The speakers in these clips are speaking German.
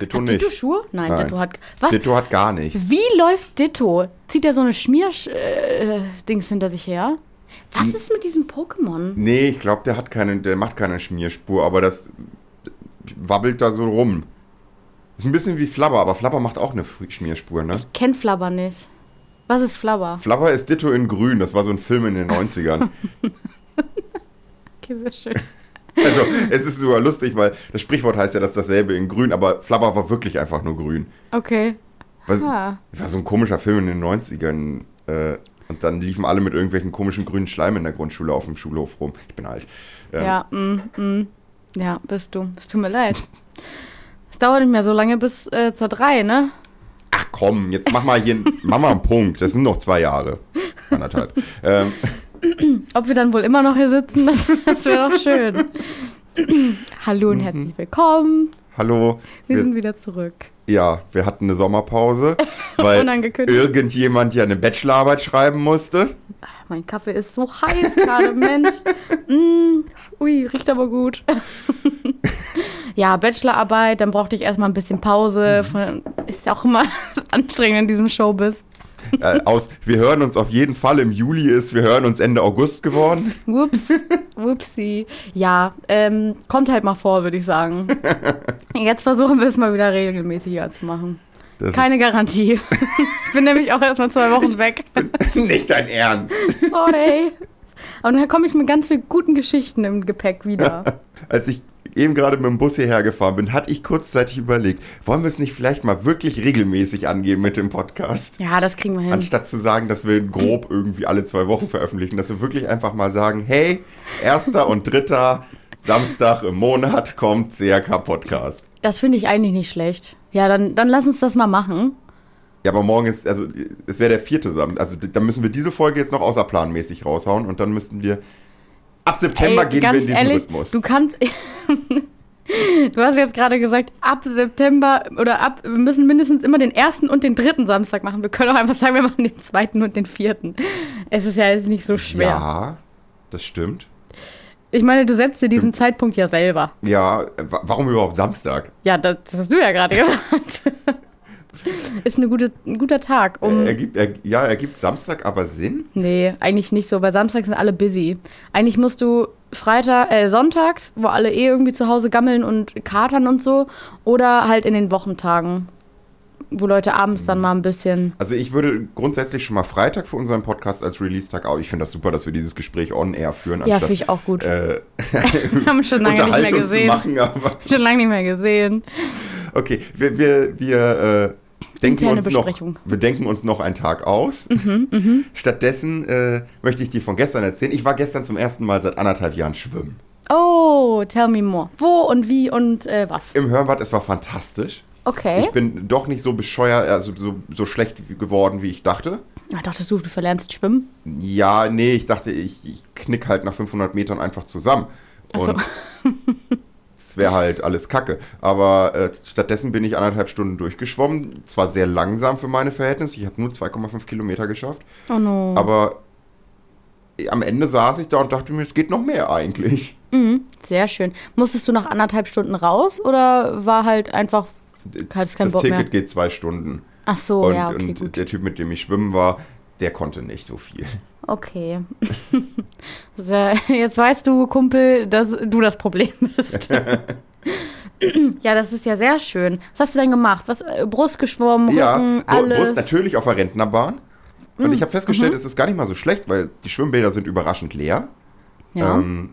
Ditto hat nicht. Ditto Schuhe? Nein, Nein. Ditto hat. Was? Ditto hat gar nichts. Wie läuft Ditto? Zieht er so eine Schmiersch äh, Dings hinter sich her? Was ist mit diesem Pokémon? Nee, ich glaube, der hat keine, der macht keine Schmierspur, aber das wabbelt da so rum. Ist ein bisschen wie Flabber, aber Flabber macht auch eine F- Schmierspur, ne? Kennt Flabber nicht. Was ist Flabber? Flabber ist Ditto in Grün, das war so ein Film in den 90ern. Okay, sehr schön. Also, es ist sogar lustig, weil das Sprichwort heißt ja, dass dasselbe in Grün, aber Flabber war wirklich einfach nur grün. Okay. War, Ah. war so ein komischer Film in den 90ern. Äh, und dann liefen alle mit irgendwelchen komischen grünen Schleim in der Grundschule auf dem Schulhof rum. Ich bin alt. Ähm, Ja, mm, mm. ja, bist du. Es tut mir leid. Es dauert nicht mehr so lange bis äh, zur 3, ne? Ach komm, jetzt mach mal hier mach mal einen Punkt. Das sind noch zwei Jahre. Anderthalb. ähm, Ob wir dann wohl immer noch hier sitzen, das, das wäre doch schön. Hallo und herzlich willkommen. hallo. Wir Wir- sind wieder zurück. ja, wir hatten eine Sommerpause, Oh weil Unangekündigt. irgendjemand ja eine Bachelorarbeit schreiben musste. Mein Kaffee ist so heiß gerade, Mensch. Mm, ui, riecht aber gut. ja, Bachelorarbeit, dann brauchte ich erstmal ein bisschen Mhm. Pause. Von, ist ja auch immer anstrengend in diesem Showbiz. Äh, aus wir hören uns auf jeden Fall im Juli ist, wir hören uns Ende August geworden. Whoops, whoopsie. Ja, ähm, kommt halt mal vor, würde ich sagen. Jetzt versuchen wir es mal wieder regelmäßiger zu machen. Das Keine ist Garantie. ich bin nämlich auch erstmal zwei Wochen weg. nicht dein Ernst. Sorry. Und dann komme ich mit ganz vielen guten Geschichten im Gepäck wieder. Als ich eben gerade mit dem Bus hierher gefahren bin, hatte ich kurzzeitig überlegt, wollen wir es nicht vielleicht mal wirklich regelmäßig angehen mit dem Podcast? Ja, das kriegen wir hin. Anstatt zu sagen, dass wir grob irgendwie alle zwei Wochen veröffentlichen, dass wir wirklich einfach mal sagen, hey, erster und dritter Samstag im Monat kommt CRK-Podcast. Das finde ich eigentlich nicht schlecht. Ja, dann, dann lass uns das mal machen. Ja, aber morgen ist, also es wäre der vierte Samstag. Also da müssen wir diese Folge jetzt noch außerplanmäßig raushauen und dann müssten wir. Ab September Ey, gehen wir ganz in diesen ehrlich, Rhythmus. Du kannst. Du hast jetzt gerade gesagt, ab September oder ab, wir müssen mindestens immer den ersten und den dritten Samstag machen. Wir können auch einfach sagen, wir machen den zweiten und den vierten. Es ist ja jetzt nicht so schwer. ja, das stimmt. Ich meine, du setzt dir diesen Zeitpunkt ja selber. Ja, äh, wa- warum überhaupt Samstag? Ja, das, das hast du ja gerade gesagt. ist eine gute, ein guter Tag, um. Ergibt, er, ja, ergibt Samstag aber Sinn? Nee, eigentlich nicht so. Bei Samstag sind alle busy. Eigentlich musst du Freitag, äh, sonntags, wo alle eh irgendwie zu Hause gammeln und katern und so, oder halt in den Wochentagen, wo Leute abends dann mal ein bisschen. Also ich würde grundsätzlich schon mal Freitag für unseren Podcast als Release-Tag auch. Ich finde das super, dass wir dieses Gespräch on air führen, Ja, finde ich auch gut. äh, Wir haben schon lange nicht mehr Unterhaltung zu gesehen. machen. Aber Schon lange nicht mehr gesehen. okay, wir, wir, wir äh, denken Interne uns noch, Besprechung. Mhm, wir denken uns noch einen Tag aus. Stattdessen äh, möchte ich dir von gestern erzählen. Ich war gestern zum ersten Mal seit anderthalb Jahren schwimmen Oh, tell me more. Wo und wie und äh, was? im Hörnbad. Es war fantastisch. Okay. Ich bin doch nicht so bescheuert, also so, so schlecht geworden, wie ich dachte. Ach, dachtest du, du verlernst schwimmen? Ja, nee, ich dachte, ich, ich knick halt nach 500 Metern einfach zusammen. so. Und es wäre halt alles Kacke. Aber äh, stattdessen bin ich anderthalb Stunden durchgeschwommen. Zwar sehr langsam für meine Verhältnisse. Ich habe nur 2,5 Kilometer geschafft. Oh no. Aber äh, am Ende saß ich da und dachte mir, es geht noch mehr eigentlich. Mhm, sehr schön. Musstest du nach anderthalb Stunden raus oder war halt einfach. Hattest keinen das Bock Ticket mehr? geht zwei Stunden. Ach so, und ja, okay, und gut. der Typ, mit dem ich schwimmen war, der konnte nicht so viel. Okay. so, jetzt weißt du, Kumpel, dass du das Problem bist. ja, das ist ja sehr schön. Was hast du denn gemacht? Was, äh, Brust geschwommen, Rücken, Ja, Bru- alles? Mm, mhm. Brust natürlich auf der Rentnerbahn. Und ich habe festgestellt, es ist gar nicht mal so schlecht, weil die Schwimmbäder sind überraschend leer. ja. Ähm,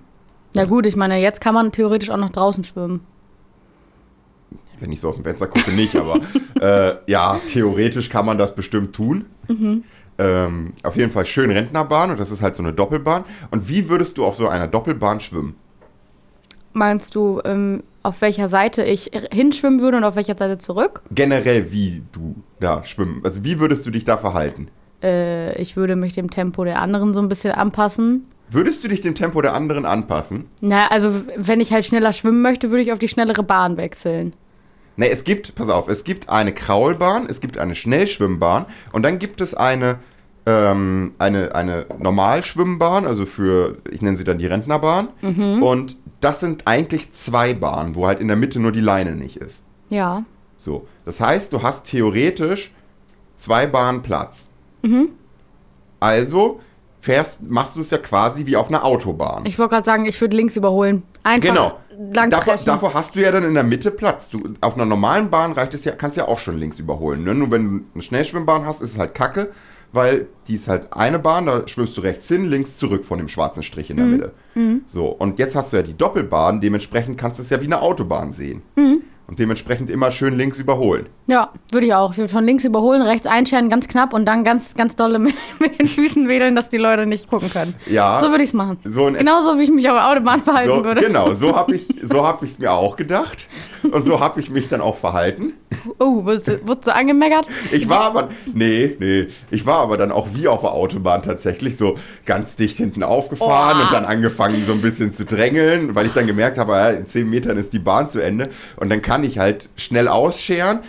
ja gut, ich meine, jetzt kann man theoretisch auch noch draußen schwimmen. wenn ich so aus dem Fenster gucke, nicht, aber äh, ja, theoretisch kann man das bestimmt tun. Mhm. Ähm, auf jeden Fall schön Rentnerbahn und das ist halt so eine Doppelbahn. Und wie würdest du auf so einer Doppelbahn schwimmen? Meinst du, ähm, auf welcher Seite ich r- hinschwimmen würde und auf welcher Seite zurück? Generell, wie du da schwimmen? Also, wie würdest du dich da verhalten? Äh, ich würde mich dem Tempo der anderen so ein bisschen anpassen. Würdest du dich dem Tempo der anderen anpassen? Na, also w- wenn ich halt schneller schwimmen möchte, würde ich auf die schnellere Bahn wechseln. Ne, es gibt, pass auf, es gibt eine Kraulbahn, es gibt eine Schnellschwimmbahn und dann gibt es eine, ähm, eine, eine Normalschwimmbahn, also für, ich nenne sie dann die Rentnerbahn. Und das sind eigentlich zwei Bahnen, wo halt in der Mitte nur die Leine nicht ist. Ja. So, das heißt, du hast theoretisch zwei Bahnen Platz. Also fährst, machst du es ja quasi wie auf einer Autobahn. Ich wollte gerade sagen, ich würde links überholen. Einfach Genau. lang Davor, crashen. davor hast du ja dann in der Mitte Platz. Du, auf einer normalen Bahn reicht es ja, kannst ja auch schon links überholen. Ne? Nur wenn du eine Schnellschwimmbahn hast, ist es halt kacke, weil die ist halt eine Bahn, da schwimmst du rechts hin, links zurück von dem schwarzen Strich in Mhm. der Mitte. So, und jetzt hast du ja die Doppelbahn, dementsprechend kannst du es ja wie eine Autobahn sehen. Mhm. Und dementsprechend immer schön links überholen. Ja, würde ich auch. Ich würde von links überholen, rechts einscheren, ganz knapp und dann ganz, ganz dolle mit, mit den Füßen wedeln, dass die Leute nicht gucken können. Ja. So würde ich es machen. So in Genauso wie ich mich auf der Autobahn verhalten So, Genau würde. genau, so habe ich es so hab ich's mir auch gedacht. Und so habe ich mich dann auch verhalten. Oh, wurdest du, wurdest du angemeckert? Ich war aber, nee, nee, ich war aber dann auch wie auf der Autobahn tatsächlich so ganz dicht hinten aufgefahren Boah. und dann angefangen so ein bisschen zu drängeln, weil ich dann gemerkt habe, ja, in zehn Metern ist die Bahn zu Ende und dann kann ich halt schnell ausscheren,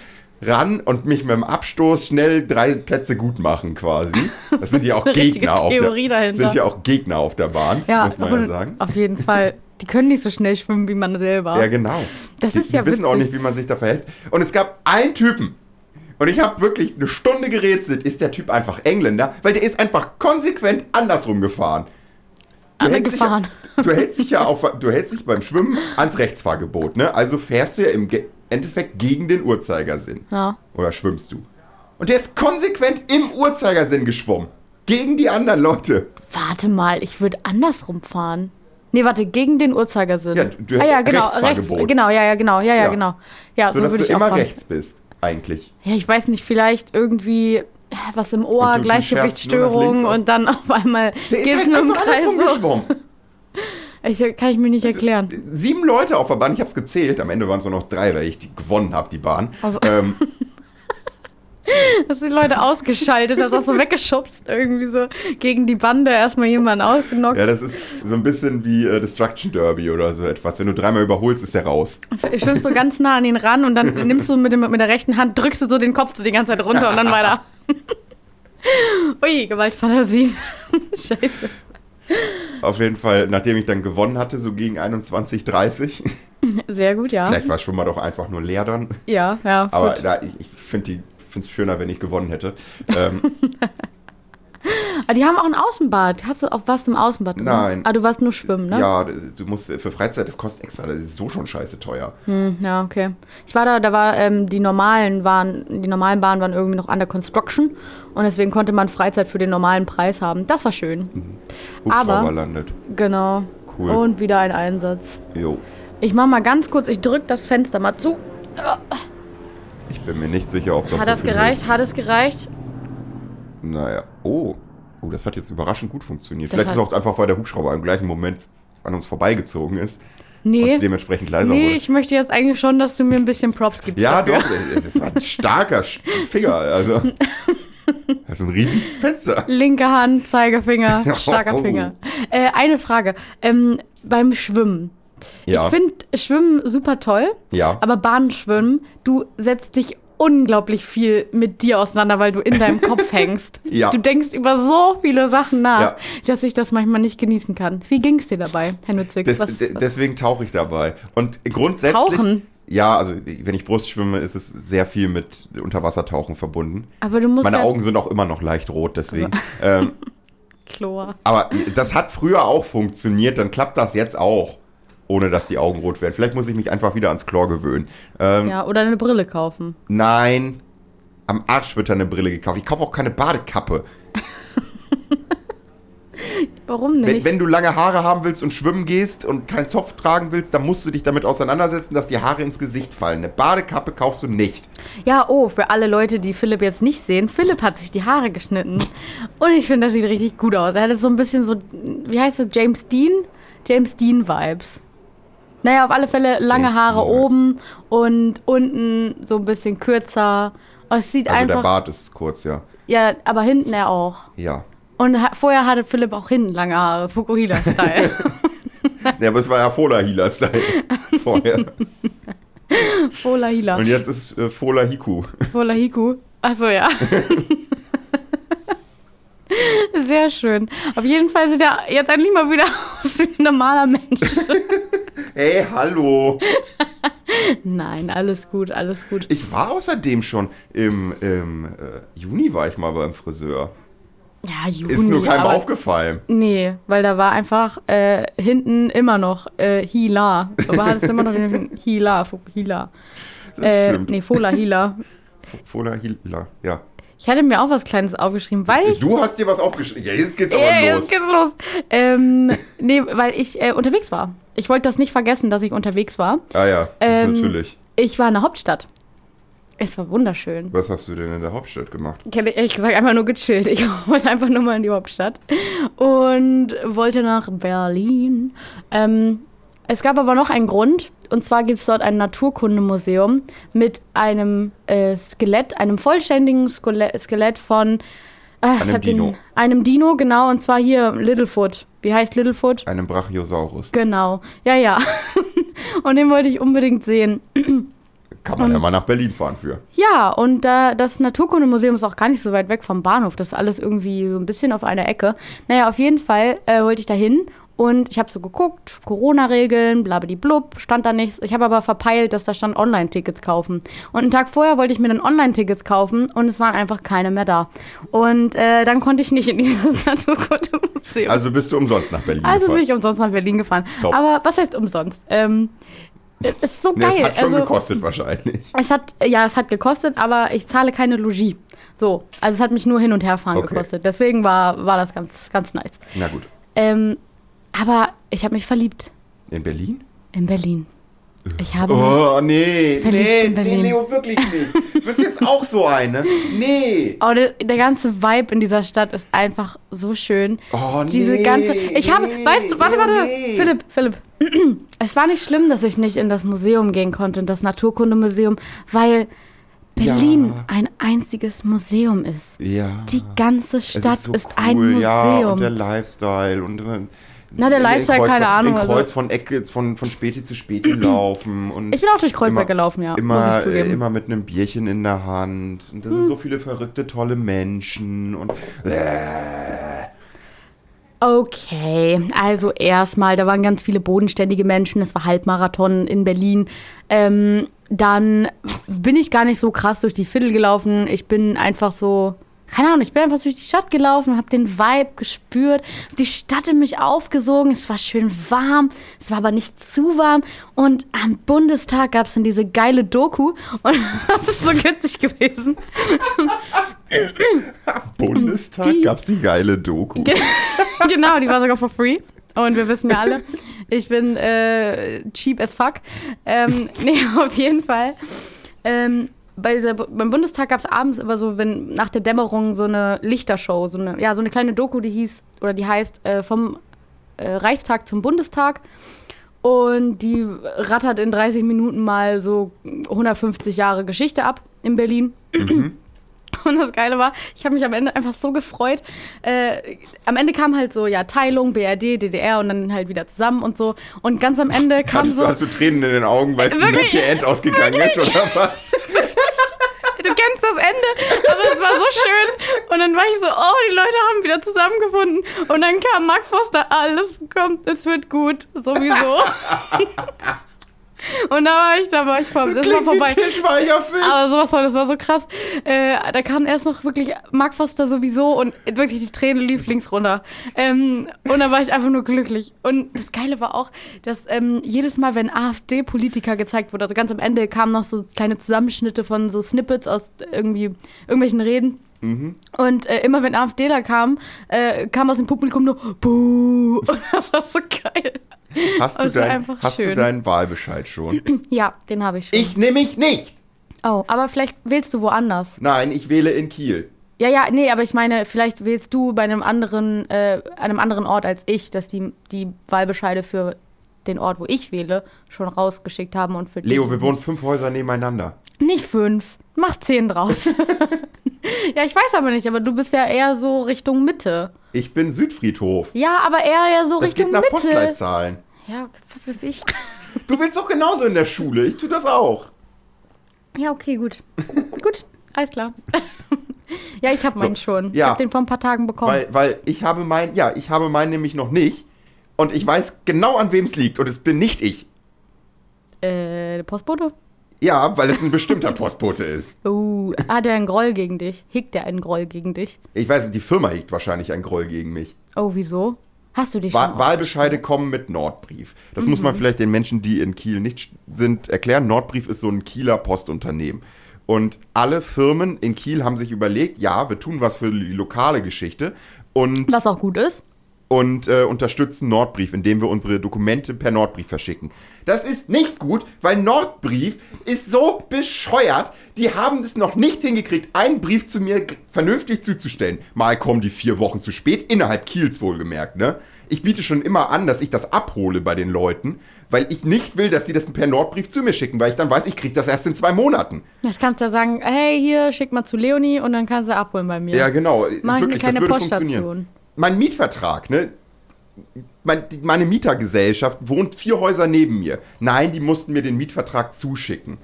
ran und mich mit dem Abstoß schnell drei Plätze gut machen quasi. Das sind ja auch Das ist eine richtige Gegner auf Theorie der, dahinter. sind ja auch Gegner auf der Bahn, Ja, muss man ja aber sagen. auf jeden Fall. Die können nicht so schnell schwimmen wie man selber. Ja, genau. Das die, ist ja die wissen auch witzig. nicht, wie man sich da verhält. Und es gab einen Typen. Und ich habe wirklich eine Stunde gerätselt, ist der Typ einfach Engländer, weil der ist einfach konsequent andersrum gefahren. Du Alle hältst dich gefahren. Ja, du hältst dich ja auf, du hältst dich beim Schwimmen ans Rechtsfahrgebot, ne? Also fährst du ja im Ge Endeffekt gegen den Uhrzeigersinn. Ja. Oder schwimmst du? Und der ist konsequent im Uhrzeigersinn geschwommen. Gegen die anderen Leute. Warte mal, ich würde andersrum fahren. Nee, warte, gegen den Uhrzeigersinn. Ja, du- ah, ja, genau, rechts, Rechtsfahrgebot. genau, ja, ja, genau, ja, ja, Ja. genau. Ja, so sodass würde ich du auch immer fahren. rechts bist, eigentlich. Ja, ich weiß nicht, vielleicht irgendwie äh, was im Und Ohr, du- du scherzt nur Gleichgewichtsstörung nach links aus. und dann auf einmal Der ist geht's halt nur im einfach Kreis andersrum so. geschwommen. Ich, kann ich mir Also nicht erklären. Sieben Leute auf der Bahn, ich habe es gezählt. Am Ende waren es nur noch drei, weil ich die gewonnen habe, die Bahn. Also- Ähm, Hast die Leute ausgeschaltet, hast auch so weggeschubst, irgendwie so gegen die Bande erstmal jemanden ausgenockt. ja, das ist so ein bisschen wie äh, Destruction Derby oder so etwas. Wenn du dreimal überholst, ist er raus. Schwimmst so ganz nah an ihn ran und dann nimmst du mit, dem, mit der rechten Hand, drückst du so den Kopf so die ganze Zeit runter und dann weiter. Ui, Gewaltfantasien. Scheiße. Auf jeden Fall, nachdem ich dann gewonnen hatte, so gegen 21, 30. Sehr gut, ja. Vielleicht war schon mal doch einfach nur leer dann. Ja, ja. Aber gut. da, ich, ich finde es schöner, wenn ich gewonnen hätte. Ähm, Aber Ah, die haben auch ein Außenbad. Hast du auch was im Außenbad gemacht? Nein. Ah, du warst nur schwimmen, ne? Ja, du musst äh, für Freizeit, das kostet extra. Das ist so schon scheiße teuer. Hm, ja, okay. Ich war da, da war ähm, die normalen waren, die normalen Bahnen waren irgendwie noch under construction und deswegen konnte man Freizeit für den normalen Preis haben. Das war schön. Hubschrauber Aber- landet. Genau. Cool. Und wieder ein Einsatz. Jo. Ich mach mal ganz kurz, ich drück das Fenster mal zu. Ich bin mir nicht sicher, ob das Hat so das viel gereicht? Hat es gereicht? Naja, oh. Oh, das hat jetzt überraschend gut funktioniert. Das Vielleicht ist hat- auch einfach, weil der Hubschrauber im gleichen Moment an uns vorbeigezogen ist und Nee. dementsprechend leiser Nee, wurde. ich möchte jetzt eigentlich schon, dass du mir ein bisschen Props gibst. ja, dafür. doch, das das war ein starker Sch- Finger. Also, das ist ein riesen Fenster. Linke Hand, Zeigefinger, starker Oh. Finger. Äh, eine Frage. Ähm, beim Schwimmen. Ja, Ich finde Schwimmen super toll, ja. aber Bahnschwimmen, du setzt dich unglaublich viel mit dir auseinander, weil du in deinem Kopf hängst. Ja. Du denkst über so viele Sachen nach, Ja. dass ich das manchmal nicht genießen kann. Wie ging es dir dabei, Herr Nützig? Des, Was- de- was- deswegen tauche ich dabei. Und grundsätzlich. Tauchen? Ja, also wenn ich Brust schwimme, ist es sehr viel mit Unterwassertauchen verbunden. aber du musst Meine ja Augen sind auch immer noch leicht rot, deswegen. ähm, Chlor. Aber das hat früher auch funktioniert, dann klappt das jetzt auch, ohne dass die Augen rot werden. Vielleicht muss ich mich einfach wieder ans Chlor gewöhnen. Ähm, Ja, oder eine Brille kaufen. Nein, am Arsch wird da eine Brille gekauft. Ich kaufe auch keine Badekappe. Warum Wenn, nicht? wenn du lange Haare haben willst und schwimmen gehst und keinen Zopf tragen willst, dann musst du dich damit auseinandersetzen, dass die Haare ins Gesicht fallen. Eine Badekappe kaufst du nicht. ja, oh, für alle Leute, die Philipp jetzt nicht sehen, Philipp hat sich die Haare geschnitten. Und ich finde, das sieht richtig gut aus. Er hat so ein bisschen so, wie heißt das, James Dean? James Dean-Vibes. Naja, auf alle Fälle lange James Haare Dean, ja. oben und unten so ein bisschen kürzer. Oh, Es sieht Also der einfach. Bart ist kurz, ja. Ja, aber hinten er auch. Ja. Und ha vorher hatte Philipp auch hinten lange Haare, Fukuhila-Style. Ja, aber es war ja Fola-Hila-Style vorher. Fola Hila. Und jetzt ist äh, Fola-Hiku. Voller Hiku. Achso, ja. sehr schön. Auf jeden Fall sieht er jetzt endlich mal wieder aus wie ein normaler Mensch. Hey, hallo. Nein, alles gut, alles gut. Ich war außerdem schon im, im äh, Juni war ich mal beim Friseur. Ja, Juni. Ist nur keinem aber- aufgefallen. Nee, weil da war einfach äh, hinten immer noch äh, Hila. Aber hattest du immer noch den Hila, Fu- Hila. Das Äh, stimmt. nee, Fola Hila. Fola Hila, ja. Ich hatte mir auch was Kleines aufgeschrieben, weil ich. Du hast dir was aufgeschrieben. Ja, jetzt geht's aber los. Ey, Äh, jetzt geht's los. Ähm, nee, weil ich äh, unterwegs war. Ich wollte das nicht vergessen, dass ich unterwegs war. ah ja, Ähm, natürlich. Ich war in der Hauptstadt. Es war wunderschön. Was hast du denn in der Hauptstadt gemacht? Ich hätte ehrlich gesagt einfach nur gechillt. Ich wollte einfach nur mal in die Hauptstadt und wollte nach Berlin. Ähm, es gab aber noch einen Grund. Und zwar gibt es dort ein Naturkundemuseum mit einem äh, Skelett, einem vollständigen Skole- Skelett von äh, ich Einem hab den- Dino. einem Dino, genau. Und zwar hier Littlefoot. Wie heißt Littlefoot? Einen Brachiosaurus. Genau. Ja, ja. und den wollte ich unbedingt sehen. Kann man ja mal nach Berlin fahren für. Ja, und äh, das Naturkundemuseum ist auch gar nicht so weit weg vom Bahnhof. Das ist alles irgendwie so ein bisschen auf einer Ecke. Naja, auf jeden Fall äh, wollte ich da hin und ich habe so geguckt, Corona-Regeln, blablablub, stand da nichts. Ich habe aber verpeilt, dass da stand Online-Tickets kaufen. Und einen Tag vorher wollte ich mir dann Online-Tickets kaufen und es waren einfach keine mehr da. Und äh, dann konnte ich nicht in dieses Naturkundemuseum. Also bist du umsonst nach Berlin Also bin gefahren. ich umsonst nach Berlin gefahren. Top. Aber was heißt umsonst? Ähm, es ist so Nee, geil. es hat schon also, gekostet wahrscheinlich. es hat, ja, es hat gekostet, aber ich zahle keine Logis. So, also es hat mich nur hin und herfahren Okay. gekostet. Deswegen war, war das ganz, ganz nice. Na gut. Ähm, aber ich habe mich verliebt In Berlin? in Berlin. Ich habe mich. Oh, nee. Verliebt Nee, in nee, Berlin. Leo, wirklich nicht. Du bist jetzt auch so eine. Nee. Oh, der, der ganze Vibe in dieser Stadt ist einfach so schön. Oh, Diese nee, ganze. Ich habe. nee, weißt du, warte, Leo, warte. nee. Philipp, Philipp. Es war nicht schlimm, dass ich nicht in das Museum gehen konnte, in das Naturkundemuseum, weil Berlin Ja. ein einziges Museum ist. Ja. Die ganze Es Stadt ist, so ein cool, Museum. Ja, und der Lifestyle und äh, Na, der in Lifestyle, Kreuz keine von, Ahnung, In also- Kreuz von Ecke, von, von Späti zu Späti laufen. Und Ich bin auch durch Kreuzberg immer- gelaufen, ja, Immer, muss ich zugeben. Hm. äh, immer mit einem Bierchen in der Hand. Und da sind so viele verrückte, tolle Menschen. Und Okay, also erstmal, da waren ganz viele bodenständige Menschen, es war Halbmarathon in Berlin. Ähm, dann bin ich gar nicht so krass durch die Viertel gelaufen. Ich bin einfach so, keine Ahnung, ich bin einfach durch die Stadt gelaufen, habe den Vibe gespürt, die Stadt in mich aufgesogen. Es war schön warm, es war aber nicht zu warm. Und am Bundestag gab es dann diese geile Doku und das ist so günstig gewesen. Bundestag Die- gab es die geile Doku. Ge- genau, die war sogar for free. Und wir wissen ja alle, ich bin äh, cheap as fuck. Ähm, nee, auf jeden Fall. Ähm, bei dieser, beim Bundestag gab es abends immer so, wenn nach der Dämmerung so eine Lichtershow, so eine, ja, so eine kleine Doku, die hieß, oder die heißt äh, vom äh, Reichstag zum Bundestag. Und die rattert in 30 Minuten mal so 150 Jahre Geschichte ab in Berlin. Mhm. Und das Geile war, ich habe mich am Ende einfach so gefreut. Äh, am Ende kam halt so, ja, Teilung, BRD, DDR und dann halt wieder zusammen und so. Und ganz am Ende kam Hattest so. du, also hast du Tränen in den Augen, weil es ein Wirklich? Happy End ausgegangen ist oder was? du kennst das Ende, aber es war so schön. Und dann war ich so, oh, die Leute haben wieder zusammengefunden. Und dann kam Mark Foster, alles kommt, es wird gut, sowieso. Und da war ich, da war ich vorbei. Das war Klingt wie vorbei. Tischweigerfilm. Aber sowas war, das war so krass. Äh, da kam erst noch wirklich Mark Foster sowieso und wirklich die Träne lief links runter. Ähm, und da war ich einfach nur glücklich. Und das Geile war auch, dass ähm, jedes Mal, wenn AfD-Politiker gezeigt wurde, also ganz am Ende kamen noch so kleine Zusammenschnitte von so Snippets aus irgendwie irgendwelchen Reden. Und äh, immer wenn AfD da kam, äh, kam aus dem Publikum nur Buh. Und das war so geil. Hast, du es war dein, einfach hast du schön. deinen Wahlbescheid schon? Ja, den habe ich schon. Ich nehme mich nicht. oh, aber vielleicht wählst du woanders. Nein, ich wähle in Kiel. Ja, ja, nee, aber ich meine, vielleicht wählst du bei einem anderen, äh, einem anderen Ort als ich, dass die, die Wahlbescheide für den Ort, wo ich wähle, schon rausgeschickt haben und für Leo, dich. wir wohnen fünf Häuser nebeneinander. Nicht fünf, mach zehn draus. ja, ich weiß aber nicht, aber du bist ja eher so Richtung Mitte. Ich bin Südfriedhof. Ja, aber eher ja so Das Richtung geht nach Mitte. Postleitzahlen. Ja, was weiß ich. Du willst doch genauso in der Schule. Ich tue das auch. Ja, okay, gut. gut, alles klar. Ja, ich habe So, meinen schon. Ich ja. habe den vor ein paar Tagen bekommen. Weil, weil ich habe meinen, ja, ich habe meinen nämlich noch nicht. Und ich weiß genau, an wem es liegt. Und es bin nicht ich. äh, der Postbote? Ja, weil es ein bestimmter Postbote ist. Uh, hat er einen Groll gegen dich? Hegt er einen Groll gegen dich? Ich weiß, die Firma hegt wahrscheinlich ein Groll gegen mich. Oh, wieso? Hast du dich Wa schon Wahlbescheide kommen mit Nordbrief. Das muss man vielleicht den Menschen, die in Kiel nicht sch- sind, erklären. Nordbrief ist so ein Kieler Postunternehmen. Und alle Firmen in Kiel haben sich überlegt, ja, wir tun was für die lokale Geschichte und, Was auch gut ist. und äh, unterstützen Nordbrief, indem wir unsere Dokumente per Nordbrief verschicken. Das ist nicht gut, weil Nordbrief ist so bescheuert. Die haben es noch nicht hingekriegt, einen Brief zu mir g- vernünftig zuzustellen. Mal kommen die vier Wochen zu spät, innerhalb Kiels wohlgemerkt, ne? Ich biete schon immer an, dass ich das abhole bei den Leuten, weil ich nicht will, dass die das per Nordbrief zu mir schicken, weil ich dann weiß, ich krieg das erst in zwei Monaten. Jetzt kannst du ja sagen, hey, hier, schick mal zu Leonie und dann kannst du abholen bei mir. Ja, genau. Mach ich eine Wirklich, das kleine würde Poststation. funktionieren. Mein Mietvertrag, ne? Mein, die, meine Mietergesellschaft wohnt vier Häuser neben mir. Nein, die mussten mir den Mietvertrag zuschicken.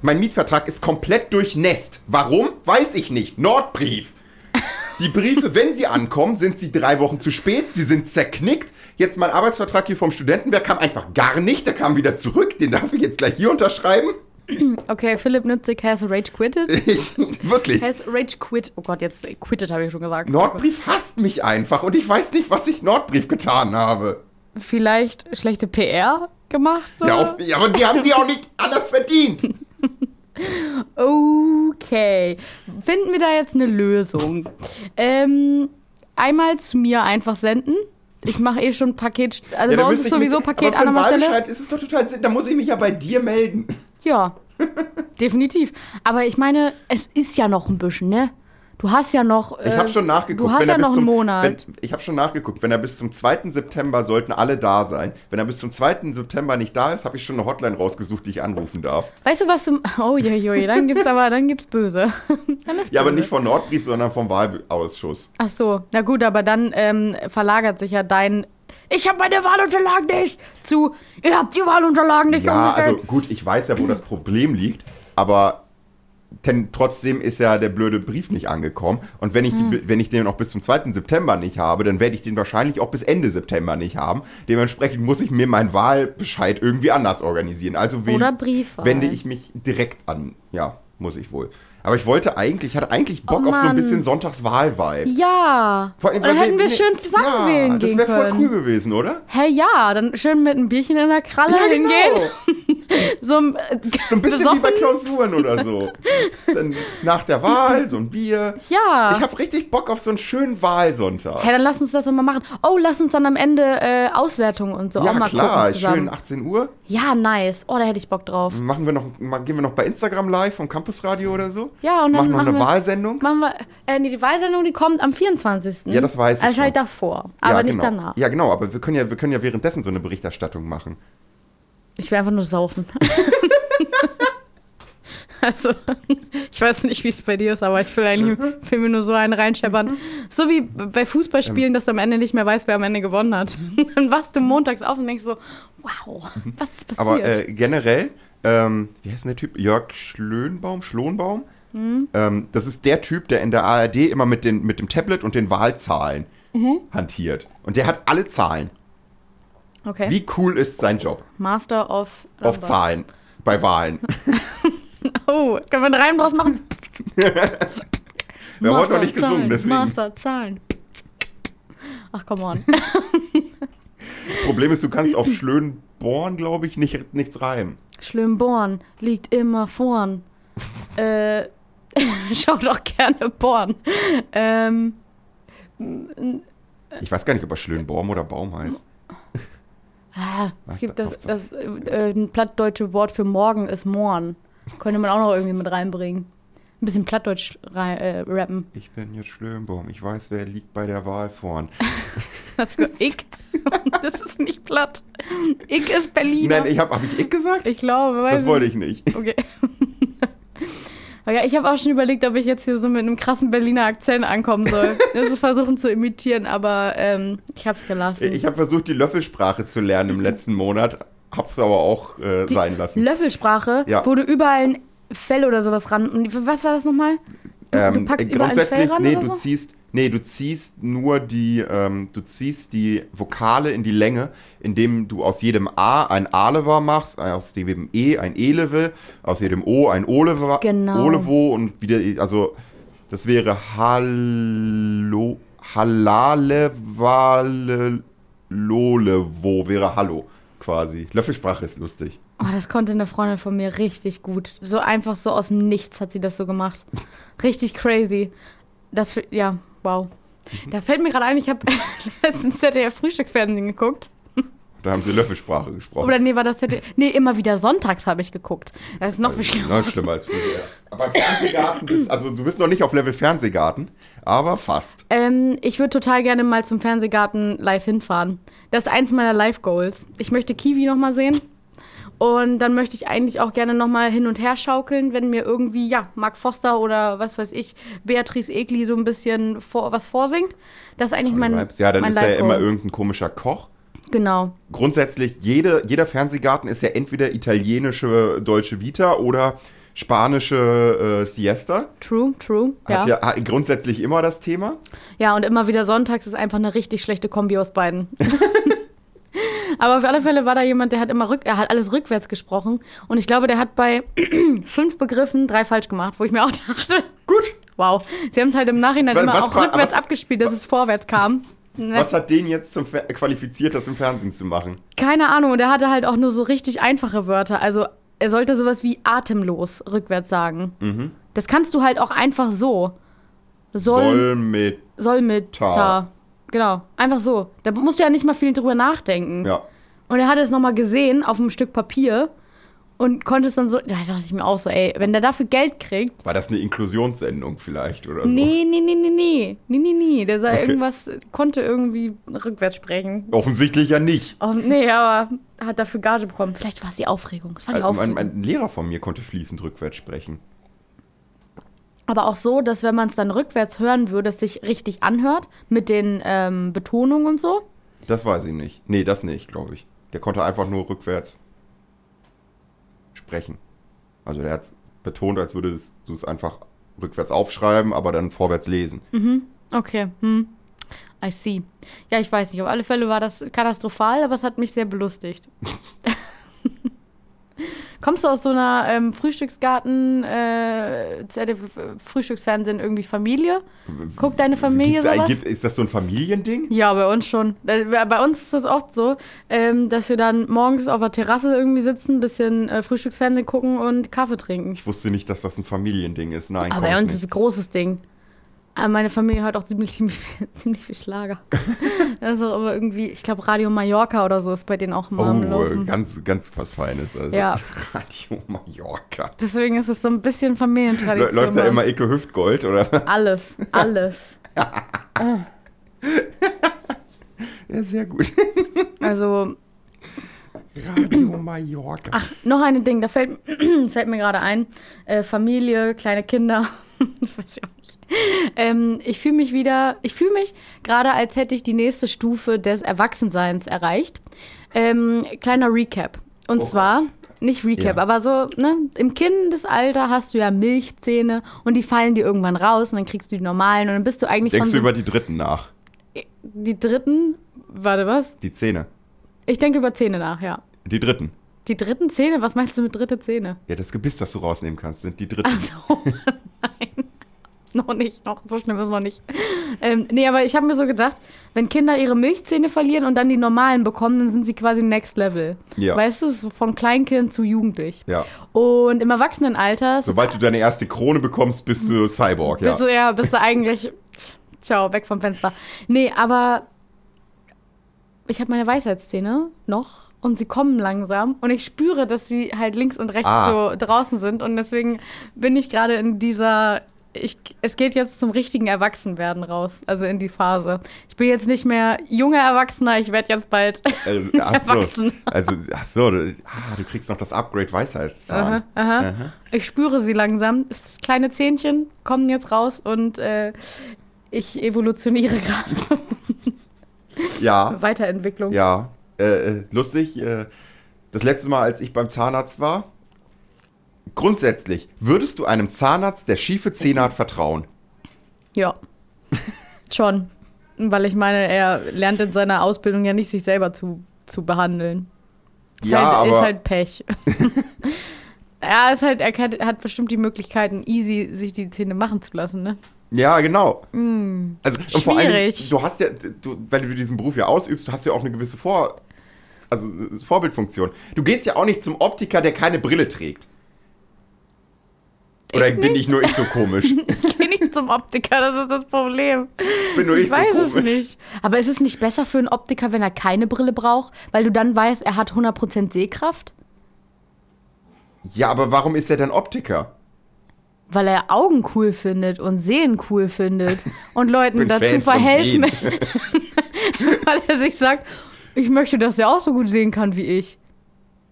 Mein Mietvertrag ist komplett durchnässt. Warum? Weiß ich nicht. Nordbrief. Die Briefe, wenn sie ankommen, sind sie drei Wochen zu spät. Sie sind zerknickt. Jetzt mein Arbeitsvertrag hier vom Studenten, der kam einfach gar nicht. Der kam wieder zurück. Den darf ich jetzt gleich hier unterschreiben. Okay, Philipp Nützig has rage quitted. Ich, wirklich. Has rage quit. Oh Gott, jetzt quitted habe ich schon gesagt. Nordbrief hasst mich einfach und ich weiß nicht, was ich Nordbrief getan habe. Vielleicht schlechte PR gemacht? So? Ja, auf, ja, aber die haben sie auch nicht anders verdient. Okay. Finden wir da jetzt eine Lösung? ähm, einmal zu mir einfach senden. Ich mache eh schon Paket. Also ja, bei uns ist sowieso Paket an der Stelle. ist es doch total Sinn, da muss ich mich ja bei dir melden. Ja, definitiv. Aber ich meine, es ist ja noch ein bisschen, ne? Du hast ja noch. äh, Ich habe schon nachgeguckt. Du hast ja er bis noch zum, einen Monat. Wenn, ich habe schon nachgeguckt. Wenn er bis zum 2. September sollten alle da sein. Wenn er bis zum 2. September nicht da ist, habe ich schon eine Hotline rausgesucht, die ich anrufen darf. weißt du, was du. Oh, je, je, dann gibt's aber, dann gibt's böse. dann ist Ja, aber böse. nicht von Nordbrief, sondern vom Wahlausschuss. Ach so, na gut, aber dann ähm, verlagert sich ja dein. Ich habe meine Wahlunterlagen nicht! Zu, ihr habt die Wahlunterlagen nicht Ja, also umgestellt. gut, ich weiß ja, wo das Problem liegt, aber denn trotzdem ist ja der blöde Brief nicht angekommen. Und wenn ich, Hm. die, wenn ich den auch bis zum 2. September nicht habe, dann werde ich den wahrscheinlich auch bis Ende September nicht haben. Dementsprechend muss ich mir meinen Wahlbescheid irgendwie anders organisieren. Also wen, Oder Briefwahl. wende ich mich direkt an. Ja, muss ich wohl. Aber ich wollte eigentlich, ich hatte eigentlich Bock Oh auf so ein Mann. bisschen Sonntagswahl-Vibe. Ja. Vor allem, dann weil hätten wir schön zusammen wählen Das gehen wäre voll können. cool gewesen, oder? Hä, ja, dann schön mit einem Bierchen in der Kralle hingehen. So, ein- genau. äh, So ein bisschen wie bei besoffen. Klausuren oder so. Dann nach der Wahl so ein Bier. Ja. Ich habe richtig Bock auf so einen schönen Wahlsonntag. Hä, dann lass uns das doch mal machen. Oh, lass uns dann am Ende äh, Auswertung und so auch ja, mal klar, gucken zusammen. schön 18 Uhr. Ja, nice. Oh, da hätte ich Bock drauf. Machen wir noch, mal- gehen wir noch bei Instagram live vom Campusradio oder so? Ja, und dann machen noch machen eine wir- Wahlsendung. Machen wir, äh, nee, die Wahlsendung, die kommt am 24. Ja, das weiß ich Also halt schon. davor, aber ja, nicht genau. danach. Ja, genau, aber wir können ja, wir können ja währenddessen so eine Berichterstattung machen. Ich will einfach nur saufen. also, ich weiß nicht, wie es bei dir ist, aber ich will eigentlich will mir nur so einen reinscheppern. So wie bei Fußballspielen, dass du am Ende nicht mehr weißt, wer am Ende gewonnen hat. Dann wachst du montags auf und denkst so, wow, was ist passiert? Aber äh, generell, ähm, wie heißt denn der Typ? Jörg Schlönbaum? Schlonbaum? Mhm. Ähm, das ist der Typ, der in der ARD immer mit, den, mit dem Tablet und den Wahlzahlen Mhm. hantiert. Und der hat alle Zahlen. okay. äh, Wie cool ist sein Job? Master of Auf was? Zahlen. Bei Wahlen. Oh, können wir einen Reim draus machen? Wir haben heute Master noch nicht gesungen, Zahlen, deswegen. Master Zahlen. Ach, come on. Problem ist, du kannst auf Schlönborn, glaube ich, nicht, nichts reimen. Schlimmborn liegt immer vorn. äh, schaut auch gerne Born. Ähm, Ich weiß gar nicht, ob er Schlönborn oder Baum heißt. ah, es gibt da- das, das äh, ein plattdeutsche Wort für morgen ist Morn. Könnte man auch noch irgendwie mit reinbringen. Ein bisschen plattdeutsch rei- äh, rappen. Ich bin jetzt Schlönbaum. Ich weiß, wer liegt bei der Wahl vorn. Hast du gesagt, ich? das ist nicht platt. Ich ist Berliner. Nein, ich habe hab ich ick gesagt? ich glaube, weiß das wollte ich nicht. Okay. Aber ja, ich habe auch schon überlegt, ob ich jetzt hier so mit einem krassen Berliner Akzent ankommen soll. Das ist versuchen zu imitieren, aber ähm, ich hab's gelassen. Ich habe versucht, die Löffelsprache zu lernen im letzten Monat, hab's aber auch äh, sein lassen. Löffelsprache Ja. wurde überall ein Fell oder sowas ran. und Was war das nochmal? Ähm, du packst äh, überall ein grundsätzlich, Fell ran nee, oder du so? ziehst, nee, du ziehst nur die, ähm, du ziehst die Vokale in die Länge, indem du aus jedem A ein A-Lever machst, aus jedem E ein E-Level, aus jedem O ein O-Lever, Genau. O-Levo und wieder, also das wäre Hallo, Halale, Wale, Lolevo wäre Hallo quasi. Löffelsprache ist lustig. Oh, das konnte eine Freundin von mir richtig gut. So einfach so aus dem Nichts hat sie das so gemacht. Richtig crazy. Das, fi- ja, wow. Mhm. Da fällt mir gerade ein, ich habe letztens ZDF Frühstücksfernsehen geguckt. Da haben sie Löffelsprache gesprochen. Oder nee, war das ZDF? Nee, immer wieder sonntags habe ich geguckt. Das ist noch Also, viel schlimmer. Noch ne, schlimmer als früher. Aber im Fernsehgarten bist, also du bist noch nicht auf Level Fernsehgarten, aber fast. Ähm, ich würde total gerne mal zum Fernsehgarten live hinfahren. Das ist eins meiner Live-Goals. Ich möchte Kiwi nochmal sehen. Und dann möchte ich eigentlich auch gerne nochmal hin und her schaukeln, wenn mir irgendwie, ja, Mark Foster oder was weiß ich, Beatrice Egli so ein bisschen vor, was vorsingt. Das ist eigentlich mein Also ja, dann mein ist da ja Live-Goal. immer irgendein komischer Koch. Genau. Grundsätzlich, jede, jeder Fernsehgarten ist ja entweder italienische Deutsche Vita oder spanische äh, Siesta. True, true. Hat ja. ja, hat grundsätzlich immer das Thema. Ja, und immer wieder sonntags ist einfach eine richtig schlechte Kombi aus beiden. Aber auf alle Fälle war da jemand, der hat immer rück, er hat alles rückwärts gesprochen. Und ich glaube, der hat bei fünf Begriffen drei falsch gemacht, wo ich mir auch dachte, Gut. wow, sie haben es halt im Nachhinein Was- immer was auch war- rückwärts was- abgespielt, dass es vorwärts kam. Was hat den jetzt zum Fer qualifiziert, das im Fernsehen zu machen? Keine Ahnung, und er hatte halt auch nur so richtig einfache Wörter. Also er sollte sowas wie atemlos rückwärts sagen. Mhm. Das kannst du halt auch einfach so. Soll, Soll mit. soll mit Ta. ta. Genau, einfach so. Da musst du ja nicht mal viel drüber nachdenken. Ja. Und er hat es nochmal gesehen auf einem Stück Papier und konnte es dann so. Da dachte ich mir auch so, ey, wenn der dafür Geld kriegt. War das eine Inklusionssendung vielleicht oder so? Nee, nee, nee, nee, nee. Nee, nee, nee. Der sei Also. Okay. irgendwas, konnte irgendwie rückwärts sprechen. Offensichtlich ja nicht. Oh, nee, aber hat dafür Gage bekommen. Vielleicht war es die Aufregung. Es war die Also Aufregung. mein, mein Lehrer von mir konnte fließend rückwärts sprechen. aber auch so, dass wenn man es dann rückwärts hören würde, es sich richtig anhört mit den ähm, Betonungen und so. Das weiß ich nicht. Nee, das nicht, glaube ich. Der konnte einfach nur rückwärts sprechen. Also der hat es betont, als würdest du es einfach rückwärts aufschreiben, aber dann vorwärts lesen. Mhm. Okay, hm. I see. Ja, ich weiß nicht. Auf alle Fälle war das katastrophal, aber es hat mich sehr belustigt. Kommst du aus so einer ähm, Frühstücksgarten, äh, ZDF Frühstücksfernsehen irgendwie Familie? Guckt deine Familie Gibt's da- sowas? gibt- ist das so ein Familiending? Ja, bei uns schon. Da- Bei uns ist das oft so, ähm, dass wir dann morgens auf der Terrasse irgendwie sitzen, ein bisschen äh, Frühstücksfernsehen gucken und Kaffee trinken. Ich wusste nicht, dass das ein Familiending ist. Nein, Aber Ah, bei komm uns ist nicht. ein großes Ding. Aber meine Familie hört auch ziemlich, ziemlich, viel- ziemlich viel Schlager. das ist auch immer irgendwie, ich glaube, Radio Mallorca oder so ist bei denen auch immer am Oh, Laufen. ganz, ganz was Feines. Also. Ja. Radio Mallorca. Deswegen ist es so ein bisschen Lä- Familientradition. Läuft da bei immer uns. Icke Hüftgold oder? Alles, alles. Ja, sehr gut. Also, Radio Mallorca. ach, noch ein Ding, da fällt, fällt mir gerade ein. Äh, Familie, kleine Kinder. ich weiß ja auch nicht. Ähm, ich fühle mich wieder, ich fühle mich gerade, als hätte ich die nächste Stufe des Erwachsenseins erreicht. Ähm, kleiner Recap. Und Oh zwar, nicht Recap, Ja. aber so, ne, im Kindesalter hast du ja Milchzähne und die fallen dir irgendwann raus und dann kriegst du die normalen und dann bist du eigentlich Denkst du von so über die Dritten nach? die dritten, warte was? Die Zähne. Ich denke über Zähne nach, ja. Die Dritten. Die dritten Zähne, was meinst du mit dritte Zähne? Ja, das Gebiss, das du rausnehmen kannst, sind die Dritten. Ach so, Also, nein. Noch nicht, noch so schlimm ist noch nicht. Ähm, nee, aber ich habe mir so gedacht, wenn Kinder ihre Milchzähne verlieren und dann die normalen bekommen, dann sind sie quasi next level. Ja. Weißt du, so von Kleinkind zu jugendlich. Ja. Und im Erwachsenenalter ist es Sobald du deine erste Krone bekommst, bist du Cyborg, ja. Bist du, ja, bist du eigentlich. Ciao, weg vom Fenster. Nee, aber ich habe meine Weisheitszähne noch und sie kommen langsam und ich spüre, dass sie halt links und rechts Ah. so draußen sind und deswegen bin ich gerade in dieser. Ich, es geht jetzt zum richtigen Erwachsenwerden raus, also in die Phase. Ich bin jetzt nicht mehr junger Erwachsener, ich werde jetzt bald. Also, ach so, Erwachsen. also, ach so du, ah, du kriegst noch das Upgrade Weisheitszahn. Aha, aha. Ich spüre sie langsam. Das kleine Zähnchen kommen jetzt raus und äh, ich evolutioniere gerade. Ja, Weiterentwicklung. ja. Äh, äh, lustig, äh, das letzte Mal, als ich beim Zahnarzt war, grundsätzlich, würdest du einem Zahnarzt, der schiefe Zähne hat, vertrauen? Ja. Schon. Weil ich meine, er lernt in seiner Ausbildung ja nicht, sich selber zu, zu behandeln. Ist, Ja, halt, ist aber- halt Pech. er ist halt, er kann, hat bestimmt die Möglichkeiten, easy sich die Zähne machen zu lassen, ne? Ja, genau. Also, und vor allem, Hm, Schwierig. du hast ja, du, wenn du diesen Beruf ja ausübst, du hast ja auch eine gewisse Vor, also äh, Vorbildfunktion. Du gehst ja auch nicht zum Optiker, der keine Brille trägt. Oder Ich bin ich nur ich so komisch? Ich gehe nicht zum Optiker, das ist das Problem. Bin nur ich, ich so weiß komisch? es nicht. Aber ist es nicht besser für einen Optiker, wenn er keine Brille braucht? Weil du dann weißt, er hat 100% Sehkraft? Ja, aber warum ist er dann Optiker? Weil er Augen cool findet und Sehen cool findet und Leuten Bin dazu Fan von verhelfen, Sehen. weil er sich sagt, ich möchte, dass er auch so gut sehen kann wie ich.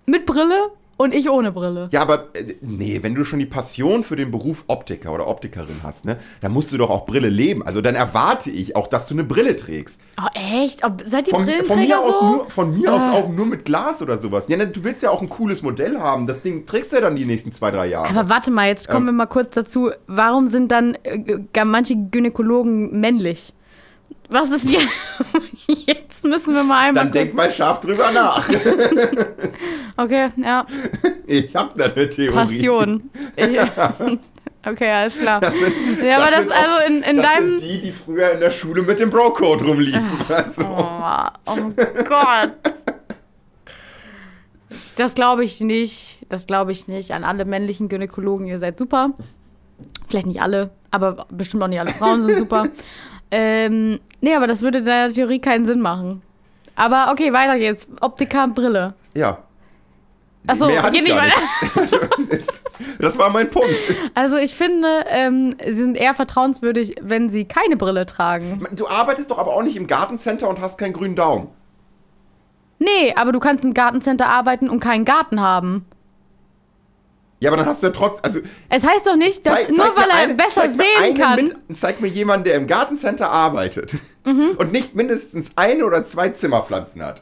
Mit Brille und ich ohne Brille. Ja, aber äh, nee, wenn du schon die Passion für den Beruf Optiker oder Optikerin hast, ne, dann musst du doch auch Brille leben. Also dann erwarte ich auch, dass du eine Brille trägst. Oh, echt? Ob- Seid ihr Von, von Brillenträger mir, aus, so? nur, von mir aus Ah. auch nur mit Glas oder sowas. Ja, ne, du willst ja auch ein cooles Modell haben. Das Ding trägst du ja dann die nächsten zwei, drei Jahre. Aber warte mal, jetzt kommen wir mal kurz dazu. Warum sind dann äh, gar manche Gynäkologen männlich? Was ist jetzt? jetzt müssen wir mal einmal. dann denk mal scharf drüber nach. okay, ja. Ich hab da eine Theorie. Passion. Ich, okay, alles klar. ja, aber das, sind auch- also in, in das deinem. Ah. sind die, die früher in der Schule mit dem Bro-Code rumliefen. Also, Oh, oh Gott. Das glaube ich nicht. Das glaube ich nicht. An alle männlichen Gynäkologen, ihr seid super. Vielleicht nicht alle, aber bestimmt auch nicht alle Frauen sind super. Ähm, nee, aber das würde in deiner Theorie keinen Sinn machen. Aber okay, weiter geht's. Optiker, Brille. ja. Achso, Mehr hatte geht ich nicht gar weiter. nicht. Also, Das war mein Punkt. Also ich finde, ähm, sie sind eher vertrauenswürdig, wenn sie keine Brille tragen. Du arbeitest doch aber auch nicht im Gartencenter und hast keinen grünen Daumen. Nee, aber du kannst im Gartencenter arbeiten und keinen Garten haben. Ja, aber dann hast du ja trotzdem. Also, Es heißt doch nicht, dass zeig- nur zeig mir weil er eine- besser zeig mir sehen einen kann. Mit, zeig mir jemanden, der im Gartencenter arbeitet Mhm. und nicht mindestens eine oder zwei Zimmerpflanzen hat.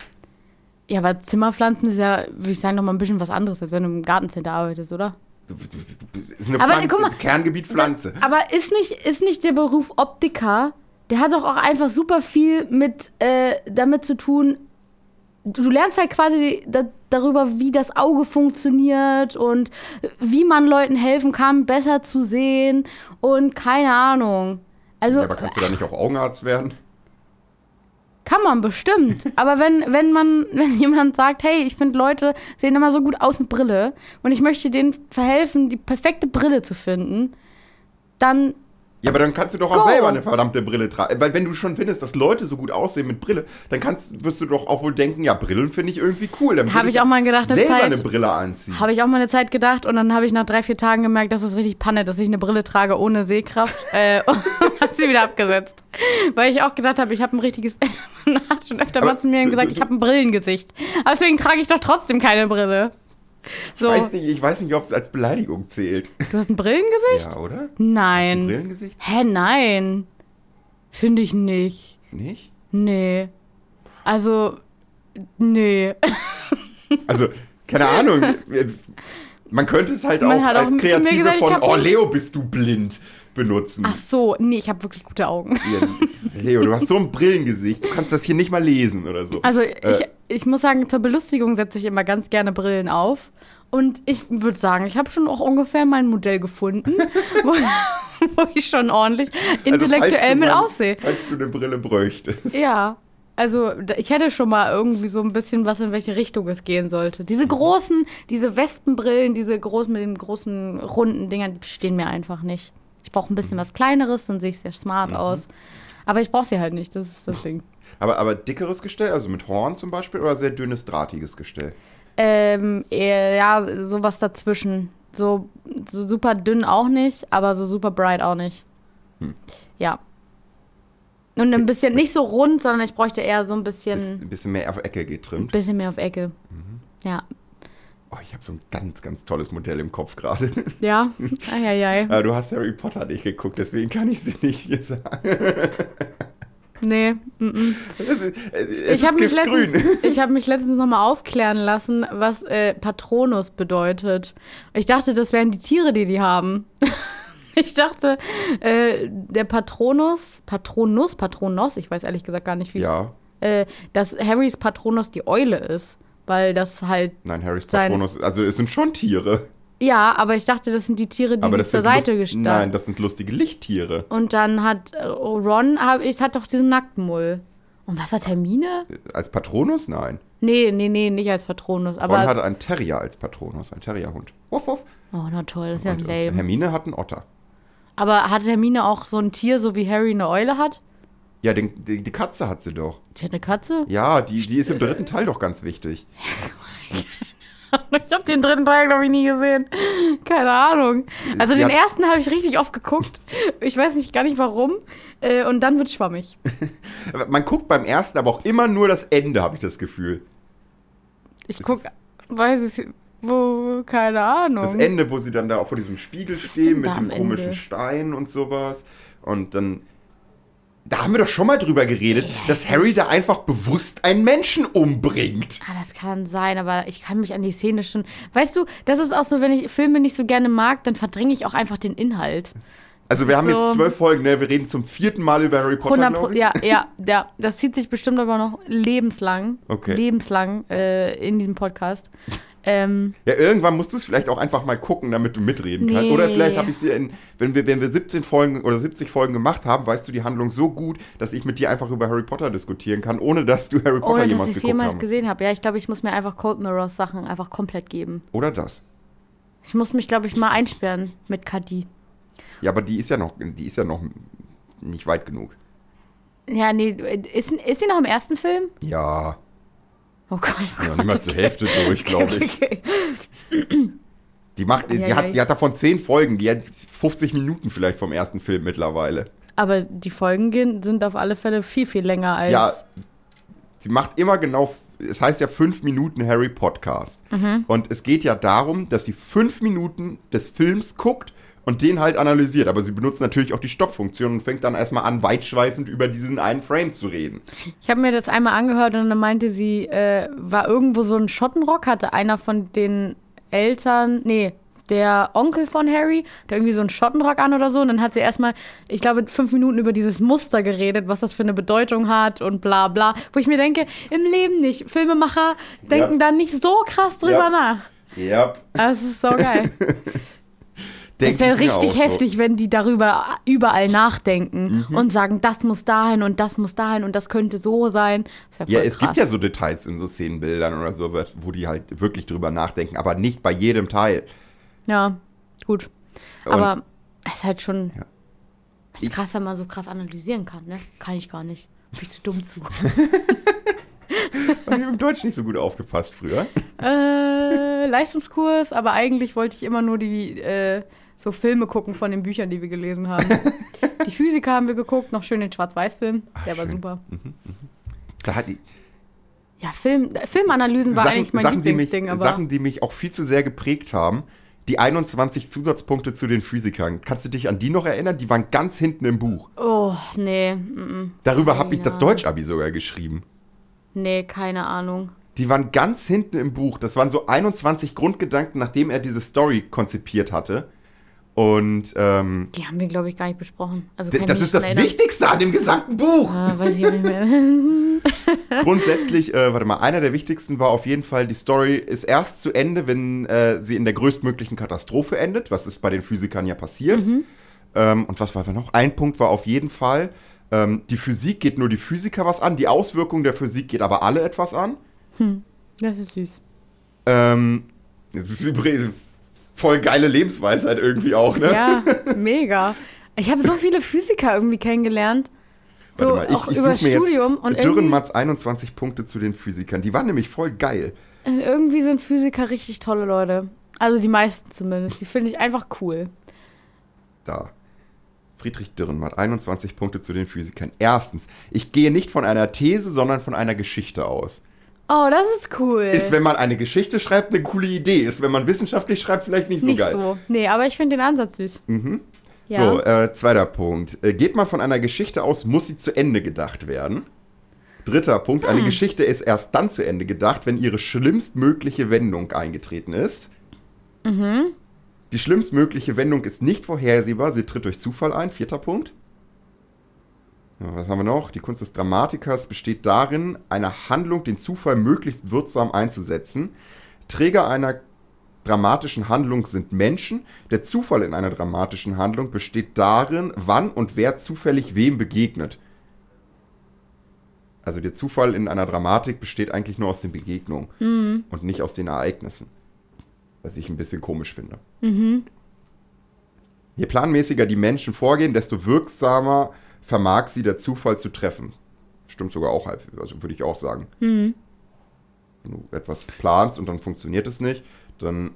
Ja, aber Zimmerpflanzen ist ja, würde ich sagen, nochmal ein bisschen was anderes, als wenn du im Gartencenter arbeitest, oder? Ist eine Aber Pflanze, guck mal, Kerngebiet Pflanze. Aber ist nicht, ist nicht der Beruf Optiker, der hat doch auch einfach super viel mit äh, damit zu tun. Du, du lernst halt quasi da, darüber, wie das Auge funktioniert und wie man Leuten helfen kann, besser zu sehen und keine Ahnung. Also Ja, aber kannst du da nicht auch Augenarzt werden? Kann man bestimmt. Aber wenn, wenn man, wenn jemand sagt, hey, ich finde Leute sehen immer so gut aus mit Brille und ich möchte denen verhelfen, die perfekte Brille zu finden, dann Ja, aber dann kannst du doch auch Go. selber eine verdammte Brille tragen. Weil wenn du schon findest, dass Leute so gut aussehen mit Brille, dann kannst, wirst du doch auch wohl denken, ja, Brillen finde ich irgendwie cool. Dann würd Habe ich auch mal gedacht, eine selber Zeit- eine Brille anziehen. habe ich auch mal eine Zeit gedacht und dann habe ich nach drei, vier Tagen gemerkt, das ist richtig Panne, dass ich eine Brille trage ohne Sehkraft äh, und habe sie wieder abgesetzt. Weil ich auch gedacht habe, ich habe ein richtiges. Man hat schon öfter mal Aber zu mir du- gesagt, du- ich habe ein Brillengesicht. Aber Deswegen trage ich doch trotzdem keine Brille. So, Weiß nicht, ich weiß nicht, ob es als Beleidigung zählt. du hast ein Brillengesicht? Ja, oder? Nein. Ein Brillengesicht? Hä, nein. Finde ich nicht. Nicht? Nee. Also, nee. Also, keine Ahnung. Man könnte es halt Man auch hat auch als zu mir Kreative gesagt, ich von hab- Oh, Leo, bist du blind benutzen. Ach so, nee, ich habe wirklich gute Augen. Ihr- Leo, du hast so ein Brillengesicht. Du kannst das hier nicht mal lesen oder so. Also, ich, Äh, ich muss sagen, zur Belustigung setze ich immer ganz gerne Brillen auf. Und ich würde sagen, ich habe schon auch ungefähr mein Modell gefunden, wo, wo ich schon ordentlich also, intellektuell falls du mit mal- aussehe. Falls du eine Brille bräuchtest. Ja. Also, da- ich hätte schon mal irgendwie so ein bisschen was, in welche Richtung es gehen sollte. Diese großen, diese Wespenbrillen, diese großen mit den großen runden Dingern, die stehen mir einfach nicht. Ich brauche ein bisschen was Kleineres, dann sehe ich sehr smart aus. Aber ich brauche sie halt nicht, das ist das Ding. Aber, aber dickeres Gestell, also mit Horn zum Beispiel, oder sehr dünnes, drahtiges Gestell? Ähm, eher, ja, sowas dazwischen. So, so super dünn auch nicht, aber so super bright auch nicht. Ja. Und ein bisschen, nicht so rund, sondern ich bräuchte eher so ein Ist bisschen, ein bisschen mehr auf Ecke getrimmt. bisschen mehr auf Ecke. Ja, Oh, ich habe so ein ganz, ganz tolles Modell im Kopf gerade. Ja, eieiei. Aber du hast Harry Potter nicht geguckt, deswegen kann ich sie nicht hier sagen. Nee, mm Es, ist- es, Ich habe mich, grün. letztens- ich hab mich letztens nochmal aufklären lassen, was äh, Patronus bedeutet. Ich dachte, das wären die Tiere, die die haben. Ich dachte, äh, der Patronus, Patronus, Patronos, ich weiß ehrlich gesagt gar nicht, wie Ja, es, äh, dass Harrys Patronus die Eule ist. Weil das halt, nein, Harrys Sein- Patronus. Also, es sind schon Tiere. ja ja, aber ich dachte, das sind die Tiere, die aber sie das zur sind Seite Lust- Nein, gestanden. das sind lustige Lichttiere. Und dann hat äh, Ron, hab, ich hat doch diesen Nacktmull. Und was hat Hermine? Als Patronus? Nein. Nee, nee, nee, nicht als Patronus. Aber Ron hatte einen Terrier als Patronus, einen Terrierhund. Wuff, wuff. Oh, na toll, das ist ja Und, äh, lame. Hermine hat einen Otter. Aber hat Hermine auch so ein Tier, so wie Harry eine Eule hat? Ja, den, die, die Katze hat sie doch. Ist ja eine Katze? Ja, die, die ist im dritten Teil doch ganz wichtig. Ich habe den dritten Teil, glaube ich, nie gesehen. Keine Ahnung. Also Sie den hat- ersten habe ich richtig oft geguckt. Ich weiß nicht gar nicht warum. Äh, Und dann wird schwammig. Aber Man guckt beim ersten aber auch immer nur das Ende, habe ich das Gefühl. Ich Das guck, ist- weiß ich, wo, keine Ahnung. Das Ende, wo sie dann da vor diesem Spiegel Mhm. ist stehen denn mit da dem am komischen Ende? Stein und sowas. Und dann. Da haben wir doch schon mal drüber geredet, dass Harry da einfach bewusst einen Menschen umbringt. Ah, das kann sein, aber ich kann mich an die Szene schon. Weißt du, das ist auch so, wenn ich Filme nicht so gerne mag, dann verdränge ich auch einfach den Inhalt. Also wir haben So. jetzt zwölf Folgen, ne? Wir reden zum vierten Mal über Harry Potter, 100 glaube ich. ja, ja, ja. Das zieht sich bestimmt aber noch lebenslang. Okay. Lebenslang äh, in diesem Podcast. Ähm, Ja, irgendwann musst du es vielleicht auch einfach mal gucken, damit du mitreden kannst. Nee. Oder vielleicht habe ich sie in, wenn wir, wenn wir 17 Folgen oder 70 Folgen gemacht haben, weißt du die Handlung so gut, dass ich mit dir einfach über Harry Potter diskutieren kann, ohne dass du Harry Potter ohne dass jemals ich es geguckt jemals haben. gesehen habe. Ja, ich glaube, ich muss mir einfach Cold Mirrors Sachen einfach komplett geben. Oder das. Ich muss mich, glaube ich, mal einsperren mit Kadi. Ja, aber die ist ja noch, die ist ja noch nicht weit genug. Ja, nee, ist, ist sie noch im ersten Film? Ja, Oh Gott. Oh ja Gott. nicht mal zur Hälfte durch, glaube Okay, ich. okay. Die macht, die, Eieiei. hat, die hat davon 10 Folgen, die hat 50 Minuten vielleicht vom ersten Film mittlerweile. Aber die Folgen gehen, sind auf alle Fälle viel, viel länger als. Ja, sie macht immer genau, es heißt ja 5 Minuten Harry Podcast. Mhm. Und es geht ja darum, dass sie 5 Minuten des Films guckt und den halt analysiert. Aber sie benutzt natürlich auch die Stoppfunktion und fängt dann erstmal an, weitschweifend über diesen einen Frame zu reden. Ich habe mir das einmal angehört und dann meinte sie, äh, war irgendwo so ein Schottenrock, hatte einer von den Eltern, nee, der Onkel von Harry, der irgendwie so einen Schottenrock an oder so. Und dann hat sie erstmal, ich glaube, fünf Minuten über dieses Muster geredet, was das für eine Bedeutung hat und bla bla. Wo ich mir denke, im Leben nicht. Filmemacher denken da nicht so krass drüber Ja. nach. Ja. Aber es ist so geil. Das wäre richtig heftig, wenn die darüber überall nachdenken Mhm. und sagen, das muss dahin und das muss dahin und das könnte so sein. Das Ja, wär voll es gibt ja so Details in so Szenenbildern oder so, wo die halt wirklich drüber nachdenken, aber nicht bei jedem Teil. Ja, gut. Und- Aber es ist halt schon. Ja. Es ist krass, wenn man so krass analysieren kann, ne? Kann ich gar nicht. Bin ich zu dumm zu. Und ich habe im Deutsch nicht so gut aufgepasst früher. äh, Leistungskurs, aber eigentlich wollte ich immer nur die äh, so Filme gucken von den Büchern, die wir gelesen haben. die Physiker haben wir geguckt, noch schön den Schwarz-Weiß-Film. Der war Ah, schön. super. Da hat die, Ja, Film, äh, Filmanalysen war eigentlich mein Sachen, die mich, Lieblingsding, aber. Sachen, die mich auch viel zu sehr geprägt haben. Die 21 Zusatzpunkte zu den Physikern. Kannst du dich an die noch erinnern? Die waren ganz hinten im Buch. oh, nee. Mm, mm. Darüber habe ich das Ja. Deutschabi sogar geschrieben. Nee, keine Ahnung. Die waren ganz hinten im Buch. Das waren so 21 Grundgedanken, nachdem er diese Story konzipiert hatte. Und ähm, Die haben wir, glaube ich, gar nicht besprochen. Also d- kann ich das mich ist nicht das mehr erinnern. Wichtigste an dem gesamten Buch. Ah, weiß ich auch nicht mehr. Grundsätzlich, äh, warte mal, einer der wichtigsten war auf jeden Fall, die Story ist erst zu Ende, wenn äh, sie in der größtmöglichen Katastrophe endet, was ist bei den Physikern ja passiert. Mhm. Ähm, und was war da noch? Ein Punkt war auf jeden Fall, ähm, die Physik geht nur die Physiker was an, die Auswirkungen der Physik geht aber alle etwas an. Das ist süß. Ähm, das ist übrigens voll geile Lebensweisheit irgendwie auch, ne? Ja, mega. Ich habe so viele Physiker irgendwie kennengelernt. So Warte mal, auch über such mir Studium und irgendwie, Dürrenmatts 21 Punkte zu den Physikern. Die waren nämlich voll geil. irgendwie sind Physiker richtig tolle Leute. Also die meisten zumindest. Die finde ich einfach cool. Da. Friedrich Dürrenmatt, 21 Punkte zu den Physikern. Erstens, ich gehe nicht von einer These, sondern von einer Geschichte aus. Oh, das ist cool. Ist, wenn man eine Geschichte schreibt, eine coole Idee. Ist, wenn man wissenschaftlich schreibt, vielleicht nicht so Nicht geil. so. Nee, aber ich finde den Ansatz süß. Ja. So, äh, zweiter Punkt. Äh, geht man von einer Geschichte aus, muss sie zu Ende gedacht werden. Dritter Punkt. Eine Geschichte ist erst dann zu Ende gedacht, wenn ihre schlimmstmögliche Wendung eingetreten ist. Die schlimmstmögliche Wendung ist nicht vorhersehbar, sie tritt durch Zufall ein. Vierter Punkt. Ja, was haben wir noch? Die Kunst des Dramatikers besteht darin, einer Handlung den Zufall möglichst wirksam einzusetzen. Träger einer dramatischen Handlung sind Menschen. Der Zufall in einer dramatischen Handlung besteht darin, wann und wer zufällig wem begegnet. Also der Zufall in einer Dramatik besteht eigentlich nur aus den Begegnungen und nicht aus den Ereignissen. Was ich ein bisschen komisch finde. Je planmäßiger die Menschen vorgehen, desto wirksamer vermag sie der Zufall zu treffen. Stimmt sogar auch halb, also würde ich auch sagen. Wenn du etwas planst und dann funktioniert es nicht, dann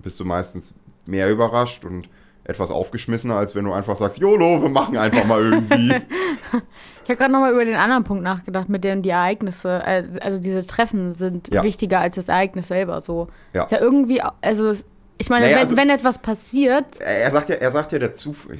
bist du meistens mehr überrascht und etwas aufgeschmissener, als wenn du einfach sagst, YOLO, wir machen einfach mal irgendwie. Ich habe gerade nochmal über den anderen Punkt nachgedacht, mit dem die Ereignisse, äh, also diese Treffen sind Ja. wichtiger als das Ereignis selber. So. Ja. Ist ja irgendwie, also es- ich meine, Naja, wenn, also- wenn etwas passiert, Äh, er sagt ja, er sagt ja, der Zufall.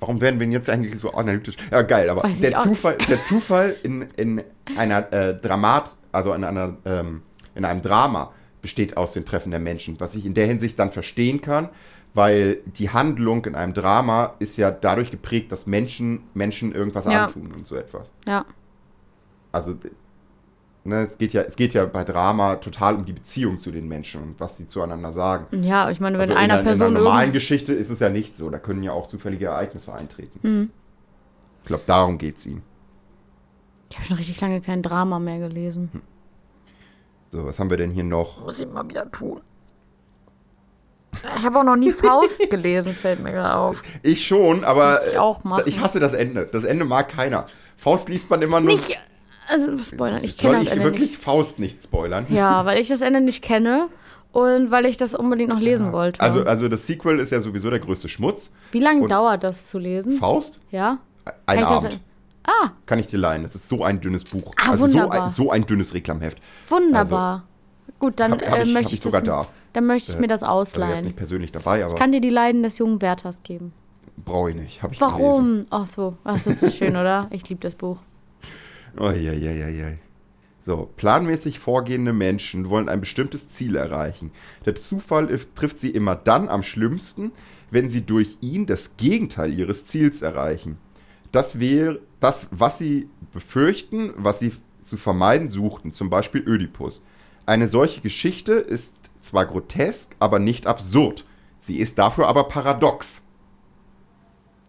Warum werden wir denn jetzt eigentlich so analytisch? Ja, geil, aber Weiß ich der auch Zufall, der Zufall in, in einer äh, Dramat, also in einer, ähm, in einem Drama besteht aus den Treffen der Menschen, was ich in der Hinsicht dann verstehen kann, weil die Handlung in einem Drama ist ja dadurch geprägt, dass Menschen Menschen irgendwas Ja. antun und so etwas. ja, Also ne, es geht ja, es geht ja bei Drama total um die Beziehung zu den Menschen und was sie zueinander sagen. ja, ich meine, wenn Also in, einer einer, in Person einer normalen irgend- Geschichte ist es ja nicht so. Da können ja auch zufällige Ereignisse eintreten. Mhm. Ich glaube, darum geht es ihm. Ich habe schon richtig lange kein Drama mehr gelesen. So, was haben wir denn hier noch? Muss ich mal wieder tun. Ich habe auch noch nie Faust gelesen, fällt mir gerade auf. Ich schon, aber äh, muss ich auch machen. ich hasse das Ende. Das Ende mag keiner. Faust liest man immer nur. Nicht, also spoilern, ich Soll kenne das ich Ende wirklich nicht. Faust nicht spoilern? Ja, weil ich das Ende nicht kenne und weil ich das unbedingt noch lesen wollte. Also, also das Sequel ist ja sowieso der größte Schmutz. Wie lange und- dauert das zu lesen? Faust? Ja? Ein Kann ich das- Abend. Kann ich dir leihen. Das ist so ein dünnes Buch. Ah, also so wunderbar. ein, so ein dünnes Reklamheft. Wunderbar. Gut, dann Also, Hab- hab äh, ich- hab möchte ich ich, das sogar mir- da. Dann möchte ich mir das Also jetzt nicht ausleihen. persönlich dabei, aber Ich kann dir die Leiden des jungen Werthers geben. brauche ich nicht. Hab ich gelesen. Warum? Ach so, ach, das ist so schön, oder? Ich liebe das Buch. Uiuiuiui. So, planmäßig vorgehende Menschen wollen ein bestimmtes Ziel erreichen. Der Zufall if- trifft sie immer dann am schlimmsten, wenn sie durch ihn das Gegenteil ihres Ziels erreichen. Das wäre das, was sie befürchten, was sie zu vermeiden suchten, zum Beispiel Ödipus. Eine solche Geschichte ist zwar grotesk, aber nicht absurd. Sie ist dafür aber paradox.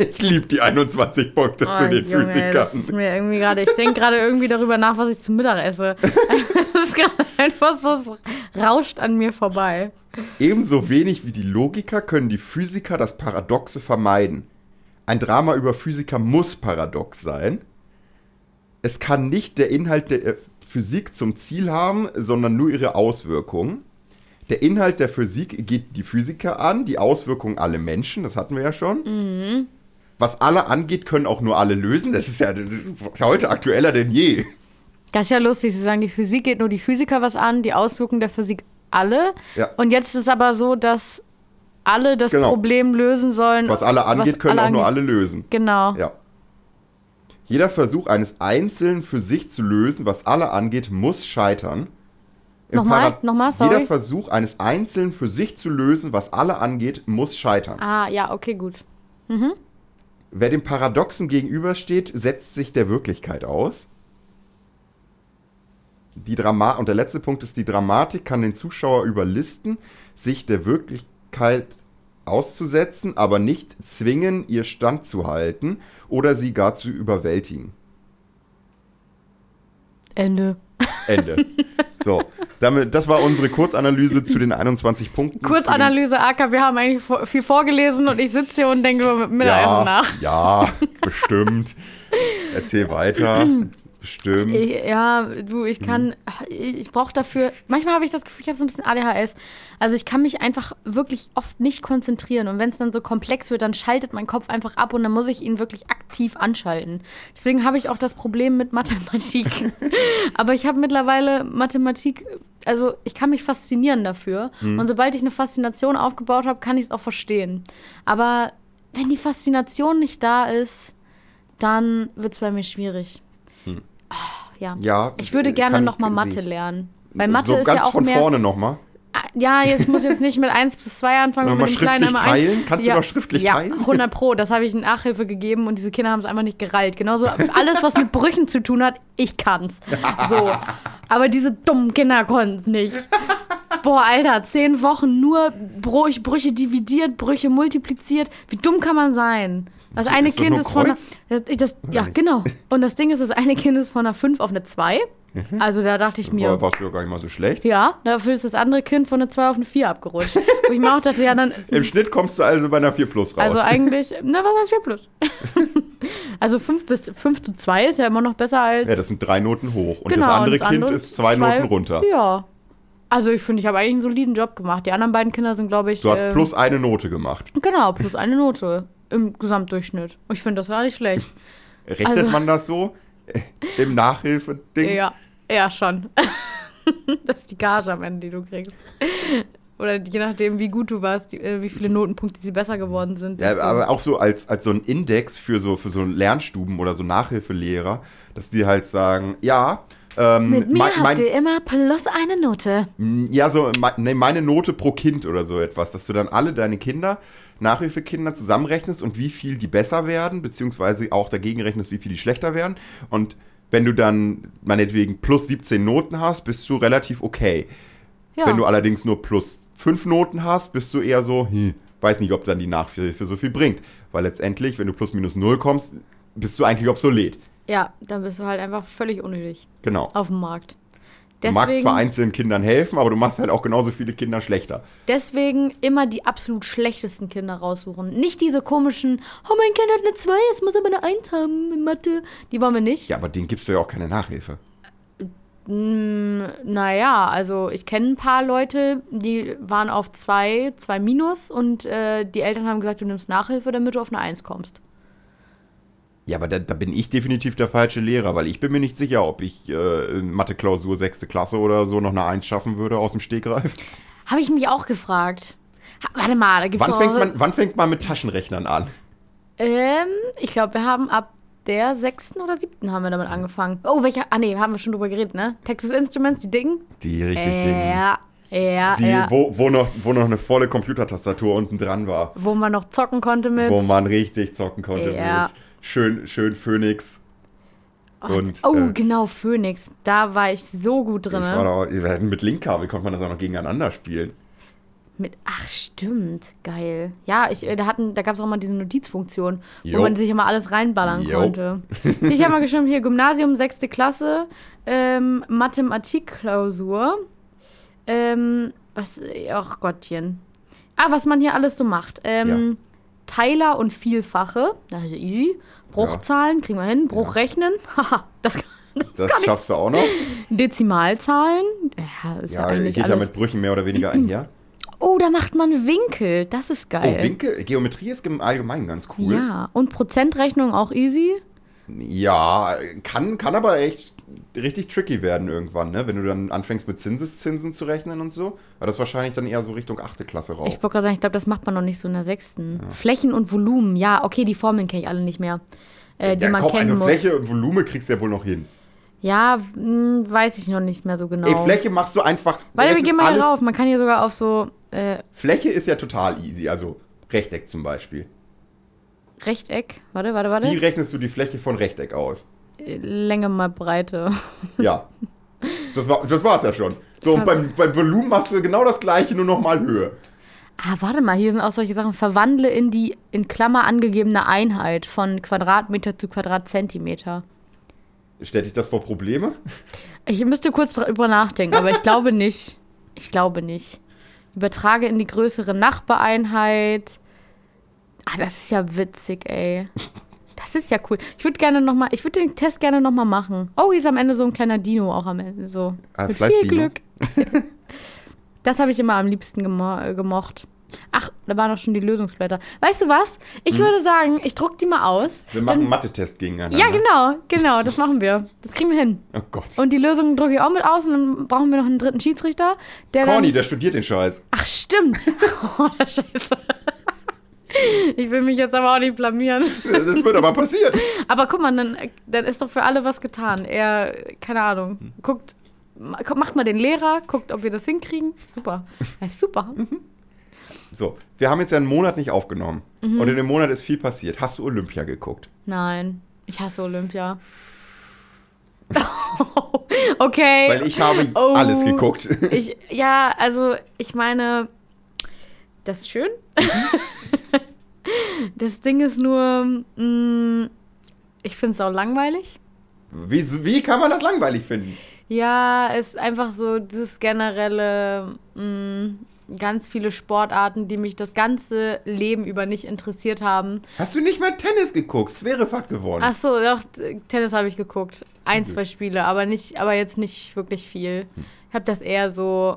Ich liebe die 21 Punkte Oh, zu den Junge, das Physikern. ist mir irgendwie gerade. Ich denke gerade irgendwie darüber nach, was ich zum Mittag esse. Das ist gerade einfach so, es rauscht an mir vorbei. Ebenso wenig wie die Logiker können die Physiker das Paradoxe vermeiden. Ein Drama über Physiker muss paradox sein. Es kann nicht der Inhalt der äh, Physik zum Ziel haben, sondern nur ihre Auswirkungen. Der Inhalt der Physik geht die Physiker an, die Auswirkungen alle Menschen, das hatten wir ja schon. Mhm. Was alle angeht, können auch nur alle lösen. Das ist ja äh, heute aktueller denn je. Das ist ja lustig. Sie sagen, die Physik geht nur die Physiker was an, die Auswirkungen der Physik alle. Ja. Und jetzt ist es aber so, dass alle das Genau. Problem lösen sollen. Was alle angeht, was können auch nur angeht. alle lösen. Genau. Ja. Jeder Versuch eines Einzelnen für sich zu lösen, was alle angeht, muss scheitern. Im Nochmal? Para- Nochmal? Sorry. Jeder Versuch eines Einzelnen für sich zu lösen, was alle angeht, muss scheitern. Ah, ja, okay, gut. Wer dem Paradoxen gegenübersteht, setzt sich der Wirklichkeit aus. Die Drama und der letzte Punkt ist, die Dramatik kann den Zuschauer überlisten, sich der Wirklichkeit auszusetzen, aber nicht zwingen, ihr Stand zu halten oder sie gar zu überwältigen. Ende. Ende. So, damit, das war unsere Kurzanalyse zu den 21 Punkten. Kurzanalyse, AK, wir haben eigentlich vor- viel vorgelesen und ich sitze hier und denke über zu den, Mittagessen ja, nach. Ja, bestimmt. Erzähl weiter. Bestimmt. Ich, ja, du, ich kann, ach, ich brauche dafür, manchmal habe ich das Gefühl, ich habe so ein bisschen ADHS. Also ich kann mich einfach wirklich oft nicht konzentrieren. Und wenn es dann so komplex wird, dann schaltet mein Kopf einfach ab und dann muss ich ihn wirklich aktiv anschalten. Deswegen habe ich auch das Problem mit Mathematik. Aber ich habe mittlerweile Mathematik also ich kann mich faszinieren dafür. Und sobald ich eine Faszination aufgebaut habe, kann ich es auch verstehen. Aber wenn die Faszination nicht da ist, dann wird es bei mir schwierig. Ah, ja. Hm. Ja, Ich würde gerne kann ich- nochmal sehe Mathe ich. lernen. Weil Mathe so ist ganz ja auch von mehr. vorne nochmal. Ah, Ja, jetzt muss jetzt nicht mit 1 bis 2 anfangen. Noch und mit mal dem Kleinen schriftlich einmal eins. teilen? Kannst du noch schriftlich ja, teilen? 100 Pro. Das habe ich in Nachhilfe gegeben und diese Kinder haben es einfach nicht gereilt. Genauso alles, was mit Brüchen zu tun hat, ich kann's. So. Aber diese dummen Kinder konnten nicht. Boah, Alter, zehn Wochen nur Brüch, Brüche dividiert, Brüche multipliziert. Wie dumm kann man sein? Das eine Ist doch Kind nur ist von einer, Kreuz? das, das, Ja, nicht? genau. Und das Ding ist, das eine Kind ist von einer 5 auf eine 2. Mhm. Also da dachte ich mir, War, warst du ja gar nicht mal so schlecht. ja, dafür ist das andere Kind von einer 2 auf eine 4 abgerutscht. Wo ich mir auch dachte, ja, dann. Im Schnitt kommst du also bei einer 4 plus raus. Also eigentlich, na, was heißt 4 plus? also 5 bis 5 zu 2 ist ja immer noch besser als. ja, das sind drei Noten hoch. Und genau, das und andere Kind ist zwei, Noten runter. Ja. Also ich finde, ich habe eigentlich einen soliden Job gemacht. Die anderen beiden Kinder sind, glaube ich. Du hast ähm, plus eine Note gemacht. Genau, plus eine Note im Gesamtdurchschnitt. Und ich finde das gar nicht schlecht. Rechnet also- man das so? Äh, Im Nachhilfeding? Ja, ja, schon. das ist die Gage am Ende, die du kriegst. Oder je nachdem, wie gut du warst, die, äh, wie viele Notenpunkte sie besser geworden sind. Ja, desto- aber auch so als, als so ein Index für so, für so Lernstuben oder so Nachhilfelehrer, dass die halt sagen, ja, ähm, Mit mir mein- mein- habt ihr immer plus eine Note. Ja, so me- nee, meine Note pro Kind oder so etwas, dass du dann alle deine Kinder, Nachhilfekinder zusammenrechnest und wie viel die besser werden, beziehungsweise auch dagegen rechnest, wie viel die schlechter werden. Und wenn du dann meinetwegen plus 17 Noten hast, bist du relativ okay. Ja. Wenn du allerdings nur plus 5 Noten hast, bist du eher so, hm, weiß nicht, ob dann die Nachhilfe so viel bringt. Weil letztendlich, wenn du plus minus 0 kommst, bist du eigentlich obsolet. ja, dann bist du halt einfach völlig unnötig Genau. auf dem Markt. Du magst zwar einzelnen Kindern helfen, aber du machst halt auch genauso viele Kinder schlechter. Deswegen immer die absolut schlechtesten Kinder raussuchen. Nicht diese komischen, oh mein Kind hat eine 2, es muss aber eine 1 haben in Mathe. Die wollen wir nicht. Ja, aber denen gibst du ja auch keine Nachhilfe. Naja, also ich kenne ein paar Leute, die waren auf 2, 2 minus und äh, die Eltern haben gesagt, du nimmst Nachhilfe, damit du auf eine 1 kommst. Ja, aber da, da bin ich definitiv der falsche Lehrer, weil ich bin mir nicht sicher, ob ich äh, in Mathe-Klausur 6. Klasse oder so noch eine 1 schaffen würde aus dem Stegreif. Habe ich mich auch gefragt. Ha, warte mal, da gibt es Wann fängt, man, wann fängt man mit Taschenrechnern an? Ähm, ich glaube, wir haben ab der sechsten oder siebten haben wir damit angefangen. Oh, welcher? Ah, nee, haben wir schon drüber geredet, ne? Texas Instruments, die Dingen? Die richtig Dinge. Äh, Ja, ja, Die, ja. Wo, wo, wo, noch, wo noch eine volle Computertastatur unten dran war. man noch zocken konnte mit. Wo man richtig zocken konnte. Ja. Mit. Schön, schön Phoenix. und, oh, äh, genau, Phoenix. Da war ich so gut Ich war drin. da, wir hätten mit Linkkabel konnte man das auch noch gegeneinander spielen. Mit, ach, stimmt. Geil. Ja, ich, äh, da, hatten- da gab es auch mal diese Notizfunktion, Jo. wo man sich immer alles reinballern Jo. konnte. Ich habe mal geschrieben, hier Gymnasium, sechste Klasse, ähm, Mathematikklausur. Ähm, was, ach Gottchen. Ah, was man hier alles so macht. Ähm, Teiler und Vielfache, das ist ja easy. Bruchzahlen kriegen wir hin, Bruchrechnen, haha, das, das, Das kann ich. schaffst du auch noch. Dezimalzahlen, ja, ist ja, Ja, eigentlich geht ja alles. mit Brüchen mehr oder weniger einher. oh, da macht man Winkel, das ist Oh, geil. Winkel, Geometrie ist im Allgemeinen ganz cool. Ja, und Prozentrechnung auch easy. Ja, kann, kann aber echt richtig tricky werden irgendwann, ne? Wenn du dann anfängst mit Zinseszinsen zu rechnen und so. Aber das ist wahrscheinlich dann eher so Richtung 8. Klasse rauf. Ich wollte gerade sagen, ich glaube, das macht man noch nicht so in der sechsten. Flächen und Volumen, ja, okay, die Formeln kenne ich alle nicht mehr, äh, die ja, man komm, kennen also muss. Fläche und Volumen kriegst du ja wohl noch hin. Ja, mh, weiß ich noch nicht mehr so genau. Ey, Fläche machst du einfach. Warte, wir rechnest gehen mal hier alles- rauf. Man kann hier sogar auf so äh, Fläche ist ja total easy. Also Rechteck zum Beispiel. Rechteck, warte, warte, Wie warte, rechnest du die Fläche von Rechteck aus? Äh, Länge mal Breite. Ja. Das, war, das war's ja schon. So, und beim, beim Volumen machst du genau das gleiche, nur nochmal Höhe. Ah, warte mal, hier sind auch solche Sachen. Verwandle in die in Klammer angegebene Einheit von Quadratmeter zu Quadratzentimeter. Stellt dich das vor Probleme? Ich müsste kurz drüber nachdenken, aber ich glaube nicht. Ich glaube nicht. Übertrage in die größere Nachbareinheit. Ah, das ist ja witzig, ey. Das ist ja cool. Ich würde gerne noch mal, ich würde den Test gerne noch mal machen. Oh, hier ist am Ende so ein kleiner Dino auch am Ende so. Ah, Mit viel Fleißdino. Glück. das habe ich immer am liebsten gemo äh, gemocht. Ach, da waren auch schon die Lösungsblätter. Weißt du was? Ich würde sagen, ich druck die mal aus. Hm? Wir machen einen Dann- Mathe-Test gegeneinander. Ja, genau, genau, das machen wir. Das kriegen wir hin. Oh Gott. Und die Lösungen drucke ich auch mit aus und dann brauchen wir noch einen dritten Schiedsrichter, der Corny, dann. der studiert den Scheiß. Ach, stimmt. Oh, das Scheiße. Ich will mich jetzt aber auch nicht blamieren. Das wird aber passieren. Aber guck mal, dann, dann ist doch für alle was getan. Er, keine Ahnung, guckt, ma- macht mal den Lehrer, guckt, ob wir das hinkriegen. Super. Ja, super. Mhm. So, wir haben jetzt ja einen Monat nicht aufgenommen. Mhm. Und in dem Monat ist viel passiert. Hast du Olympia geguckt? Nein, ich hasse Olympia. Weil okay. ich habe Oh. alles geguckt. Ich, ja, also ich meine, das ist schön. das Ding ist nur, mm, ich finde es auch langweilig. Wie, wie kann man das langweilig finden? Ja, ist einfach so dieses generelle, mh, ganz viele Sportarten, die mich das ganze Leben über nicht interessiert haben. Hast du nicht mal Tennis geguckt? Zverevat gewonnen. Ach so, doch, t- Tennis habe ich geguckt. Ein, Okay. Hm. zwei Spiele, aber nicht, aber jetzt nicht wirklich viel. Ich habe das eher so,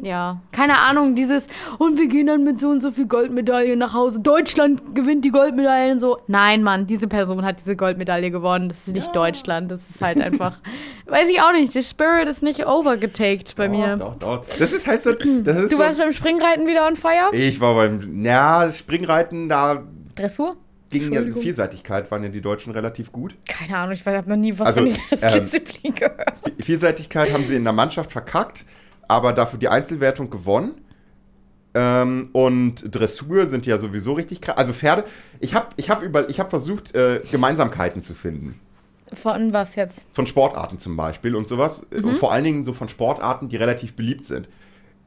ja, keine Ahnung, dieses, und wir gehen dann mit so und so viel Goldmedaillen nach Hause. Deutschland gewinnt die Goldmedaillen so. Nein, Mann, diese Person hat diese Goldmedaille gewonnen. Das ist nicht Ja. Deutschland. Das ist halt einfach, weiß ich auch nicht. Der Spirit ist nicht overgetaked bei mir. Doch, doch, doch. Das ist halt so. Das ist Du so, warst beim Springreiten wieder on fire? Ich war beim. Na, Springreiten, da Dressur? ging ja Entschuldigung. Vielseitigkeit, waren ja die Deutschen relativ gut. Keine Ahnung, ich habe noch nie was Also, von dieser ähm, Disziplin gehört. Die Vielseitigkeit haben sie in der Mannschaft verkackt, aber dafür die Einzelwertung gewonnen. Ähm, und Dressur sind ja sowieso richtig krass. Also Pferde, ich habe ich hab über, ich hab versucht, äh, Gemeinsamkeiten zu finden. Von was jetzt? Von Sportarten zum Beispiel und sowas. Äh, Und vor allen Dingen so von Sportarten, die relativ beliebt sind.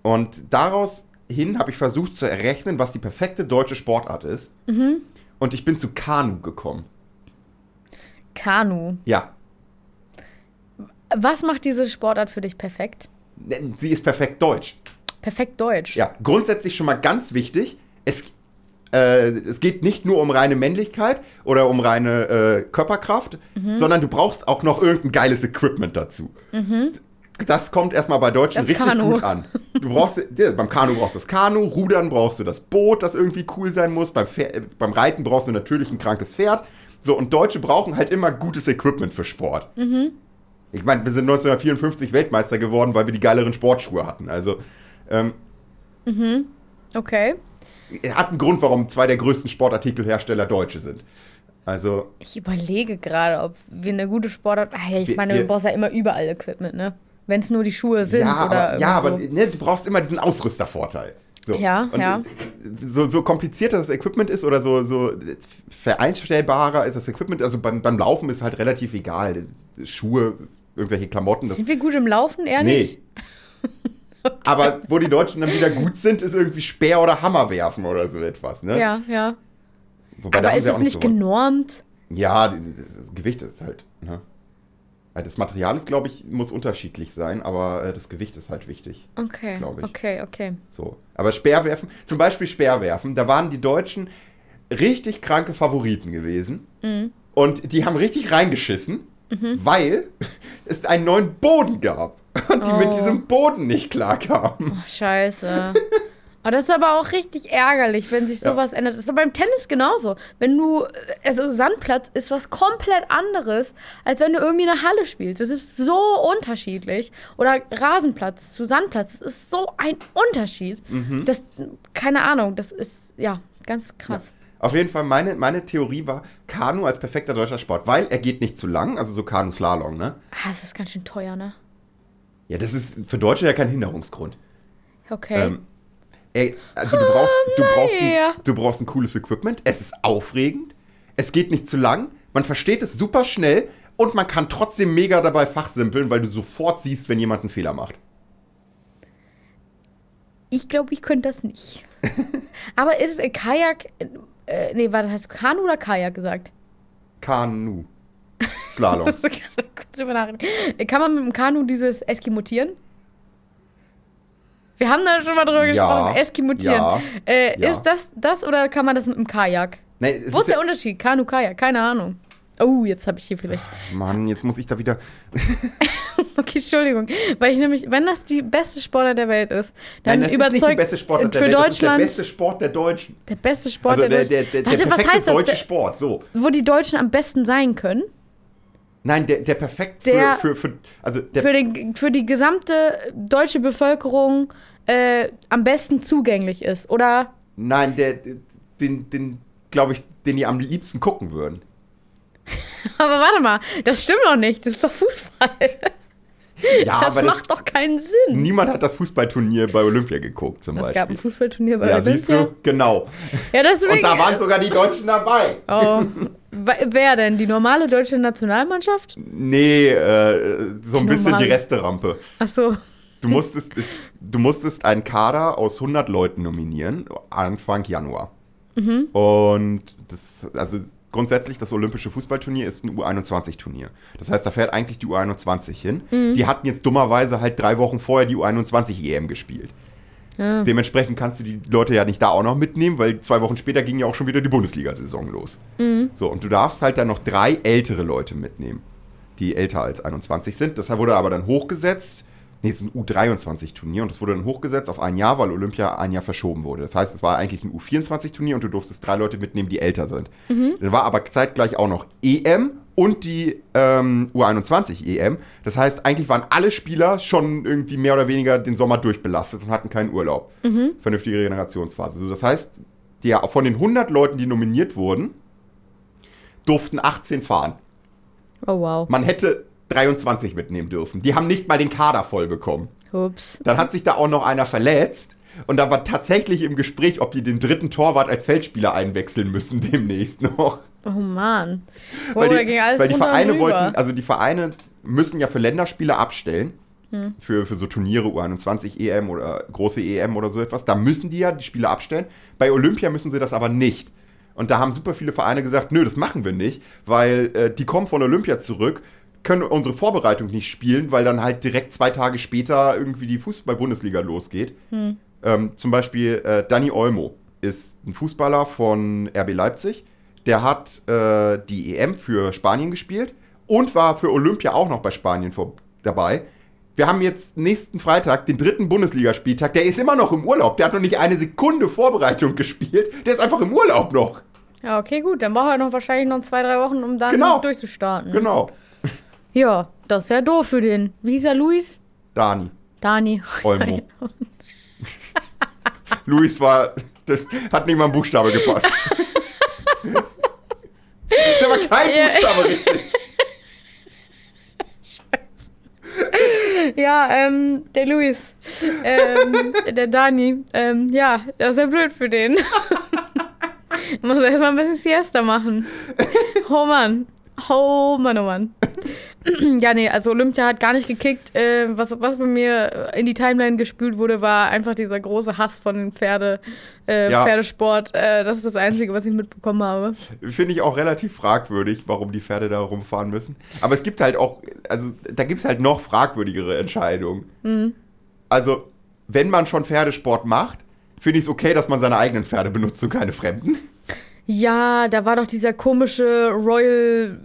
Und daraus hin habe ich versucht zu errechnen, was die perfekte deutsche Sportart ist. Und ich bin zu Kanu gekommen. Kanu. Ja, Was macht diese Sportart für dich perfekt? sie ist perfekt deutsch. Perfekt Deutsch. Ja, grundsätzlich schon mal ganz wichtig, es, äh, es geht nicht nur um reine Männlichkeit oder um reine äh, Körperkraft, Mhm. sondern du brauchst auch noch irgendein geiles Equipment dazu. Das kommt erstmal bei Deutschen Mhm. Das richtig Kanu. gut an. Du brauchst, ja, beim Kanu brauchst du das Kanu, Rudern brauchst du das Boot, das irgendwie cool sein muss, beim, Pfer- äh, beim Reiten brauchst du natürlich ein krankes Pferd. So, und Deutsche brauchen halt immer gutes Equipment für Sport. Mhm. Ich meine, wir sind 1954 Weltmeister geworden, weil wir die geileren Sportschuhe hatten. Also, ähm, Okay. hat einen Grund, warum zwei der größten Sportartikelhersteller Deutsche sind. Also, Ich überlege gerade, ob wir eine gute Sportart. Ah, ja, ich Wir- meine, du wir- brauchst ja immer überall Equipment, ne? Wenn es nur die Schuhe sind ja, oder. aber, ja, aber irgendwo. ne, du brauchst immer diesen Ausrüstervorteil. So. Ja, Und ja. So, so komplizierter das Equipment ist oder so, so vereinstellbarer ist das Equipment. Also beim, beim Laufen ist halt relativ egal. Schuhe, irgendwelche Klamotten, das Sind wir gut im Laufen, eher nicht? Aber wo die Deutschen dann wieder gut sind, ist irgendwie Speer oder Hammer werfen oder so etwas. Ne? Ja, ja. Wobei, da aber haben ist sie es auch nicht gewonnen. genormt? Ja, die- die- das Gewicht ist halt. Ne? Äh, Das Material ist, glaube ich, muss unterschiedlich sein, aber äh, das Gewicht ist halt wichtig. Okay. Glaub ich. Okay, okay. So. Aber Speerwerfen, zum Beispiel Speerwerfen, da waren die Deutschen richtig kranke Favoriten gewesen. Und die haben richtig reingeschissen, weil es einen neuen Boden gab. Und die Oh. mit diesem Boden nicht klarkamen. Ach, scheiße. Aber das ist aber auch richtig ärgerlich, wenn sich Ja. sowas ändert. Das ist aber beim Tennis genauso. Wenn du, also Sandplatz ist was komplett anderes, als wenn du irgendwie eine Halle spielst. Das ist so unterschiedlich. Oder Rasenplatz zu Sandplatz. Das ist so ein Unterschied. Mhm. Das, keine Ahnung, das ist, ja, ganz krass. Auf jeden Fall, meine, meine Theorie war Kanu als perfekter deutscher Sport, weil er geht nicht zu lang, also so Kanu-Slalom, ne? Ah, das ist ganz schön teuer, ne? Ja, das ist für Deutsche ja kein Hinderungsgrund. Okay. Ähm, ey, also du brauchst, Ah, du, brauchst naja. ein, du brauchst ein cooles Equipment. Es ist aufregend. Es geht nicht zu lang. Man versteht es super schnell und man kann trotzdem mega dabei fachsimpeln, weil du sofort siehst, wenn jemand einen Fehler macht. Ich glaube, ich könnte das nicht. aber ist äh, Kajak, äh, nee, warte, hast du Kanu oder Kajak gesagt? Kanu. Slalom. Das ist gerade kurz drüber nachdenken. Äh, Kann man mit dem Kanu dieses Eskimotieren? Wir haben da schon mal drüber Ja, gesprochen. Eskimotieren. ja, äh, ja. Ist das das oder kann man das mit dem Kajak? Nee, es Wo ist ist der ja- Unterschied? Kanu, Kajak? Keine Ahnung. Oh, jetzt habe ich hier vielleicht. Mann, jetzt muss ich da wieder. Okay, Entschuldigung. Weil ich nämlich, wenn das die beste Sportler der Welt ist, dann das überzeugt ist nicht die beste Sportart der für Welt, Deutschland das ist der beste Sport der Deutschen. der beste Sport also der, der, der, der, Deutschen. der Warte, was perfekte heißt das? deutsche Der- Sport, so. Wo die Deutschen am besten sein können? Nein, der, der perfekt Der- für, für, für, also der, Für, den, für die gesamte deutsche Bevölkerung äh, am besten zugänglich ist. Oder nein, der, den, den glaube ich, den die am liebsten gucken würden. Aber warte mal, das stimmt doch nicht. Das ist doch Fußball. Ja, Das aber macht doch keinen Sinn. niemand hat das Fußballturnier bei Olympia geguckt, zum Es gab ein Beispiel. Fußballturnier bei ja, Olympia. siehst du, genau. Ja, deswegen. Und da waren sogar die Deutschen dabei. oh, we- wer denn? Die normale deutsche Nationalmannschaft? Nee, äh, so ein bisschen Die die normale. Resterampe. Ach so. Du musstest, es, du musstest einen Kader aus 100 Leuten nominieren, Anfang Januar. Mhm. Und das, also grundsätzlich, das Olympische Fußballturnier ist ein U21-Turnier. Das heißt, da fährt eigentlich die U21 hin. Mhm. Die hatten jetzt dummerweise halt drei Wochen vorher die U21-EM gespielt. Ja. Dementsprechend kannst du die Leute ja nicht da auch noch mitnehmen, weil zwei Wochen später ging ja auch schon wieder die Bundesliga-Saison los. So, und du darfst halt dann noch drei ältere Leute mitnehmen, die älter als 21 sind. Das wurde aber dann hochgesetzt. Nee, es ist ein U23-Turnier und das wurde dann hochgesetzt auf ein Jahr, weil Olympia ein Jahr verschoben wurde. Das heißt, es war eigentlich ein U24-Turnier und du durftest drei Leute mitnehmen, die älter sind. Dann war aber zeitgleich auch noch EM und die ähm, U21-EM. Das heißt, eigentlich waren alle Spieler schon irgendwie mehr oder weniger den Sommer durchbelastet und hatten keinen Urlaub. Vernünftige Regenerationsphase. So, das heißt, die, von den 100 Leuten, die nominiert wurden, durften 18 fahren. Oh, wow. Man hätte 23 mitnehmen dürfen. Die haben nicht mal den Kader voll bekommen. Ups. Dann hat sich da auch noch einer verletzt. Und da war tatsächlich im Gespräch, ob die den dritten Torwart als Feldspieler einwechseln müssen demnächst noch. Oh, Mann. Wow, Weil Oh, da die, ging alles weil die runter und Vereine rüber. wollten, also die Vereine müssen ja für Länderspiele abstellen. Hm. Für, für so Turniere, U21 EM oder große EM oder so etwas. Da müssen die ja die Spiele abstellen. Bei Olympia müssen sie das aber nicht. Und da haben super viele Vereine gesagt, nö, das machen wir nicht, weil äh, die kommen von Olympia zurück, können unsere Vorbereitung nicht spielen, weil dann halt direkt zwei Tage später irgendwie die Fußball-Bundesliga losgeht. Hm. Ähm, zum Beispiel äh, Dani Olmo ist ein Fußballer von RB Leipzig. Der hat äh, die EM für Spanien gespielt und war für Olympia auch noch bei Spanien vor, dabei. Wir haben jetzt nächsten Freitag den dritten Bundesligaspieltag. Der ist immer noch im Urlaub. Der hat noch nicht eine Sekunde Vorbereitung gespielt. Der ist einfach im Urlaub noch. ja, okay, gut. Dann braucht er noch wahrscheinlich noch zwei, drei Wochen, um dann Genau. durchzustarten. Genau. Ja, das ist ja doof für den. Wie hieß er, Luis? Dani Dani. Olmo. Luis war. Das hat nicht mal ein Buchstabe gepasst. Der war kein Ja. Buchstabe richtig. Ja, ähm, der Luis. Ähm, der Dani. Ähm, ja, das ist ja blöd für den. Muss erstmal ein bisschen Siesta machen. Oh Mann. Oh Mann, oh Mann. ja, nee, also Olympia hat gar nicht gekickt. Äh, was, was bei mir in die Timeline gespült wurde, war einfach dieser große Hass von den Pferde, äh, Ja. Pferdesport. Äh, das ist das Einzige, was ich mitbekommen habe. Finde ich auch relativ fragwürdig, warum die Pferde da rumfahren müssen. Aber es gibt halt auch, also da gibt es halt noch fragwürdigere Entscheidungen. Mhm. Also, wenn man schon Pferdesport macht, finde ich es okay, dass man seine eigenen Pferde benutzt und keine fremden. Ja, da war doch dieser komische Royal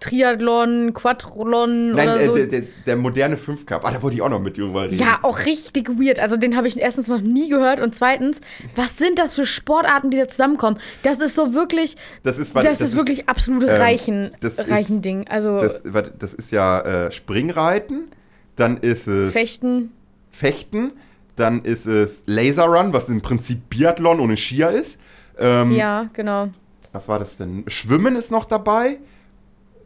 Triathlon, Quadrolon Nein, oder so. äh, der, der, der moderne Fünfkampf. Ah, da wollte ich auch noch mit drüber reden. Ja, auch richtig weird. Also den habe ich erstens noch nie gehört und zweitens, was sind das für Sportarten, die da zusammenkommen? Das ist so wirklich, das ist, das, weil- ist wirklich absolutes ähm, reichen, das ist- reichen Ding. Also Das, warte, das ist ja äh, Springreiten, dann ist es Fechten. Fechten, dann ist es Laserrun, was im Prinzip Biathlon ohne Skier ist. Ähm, Ja, genau. Was war das denn? Schwimmen ist noch dabei.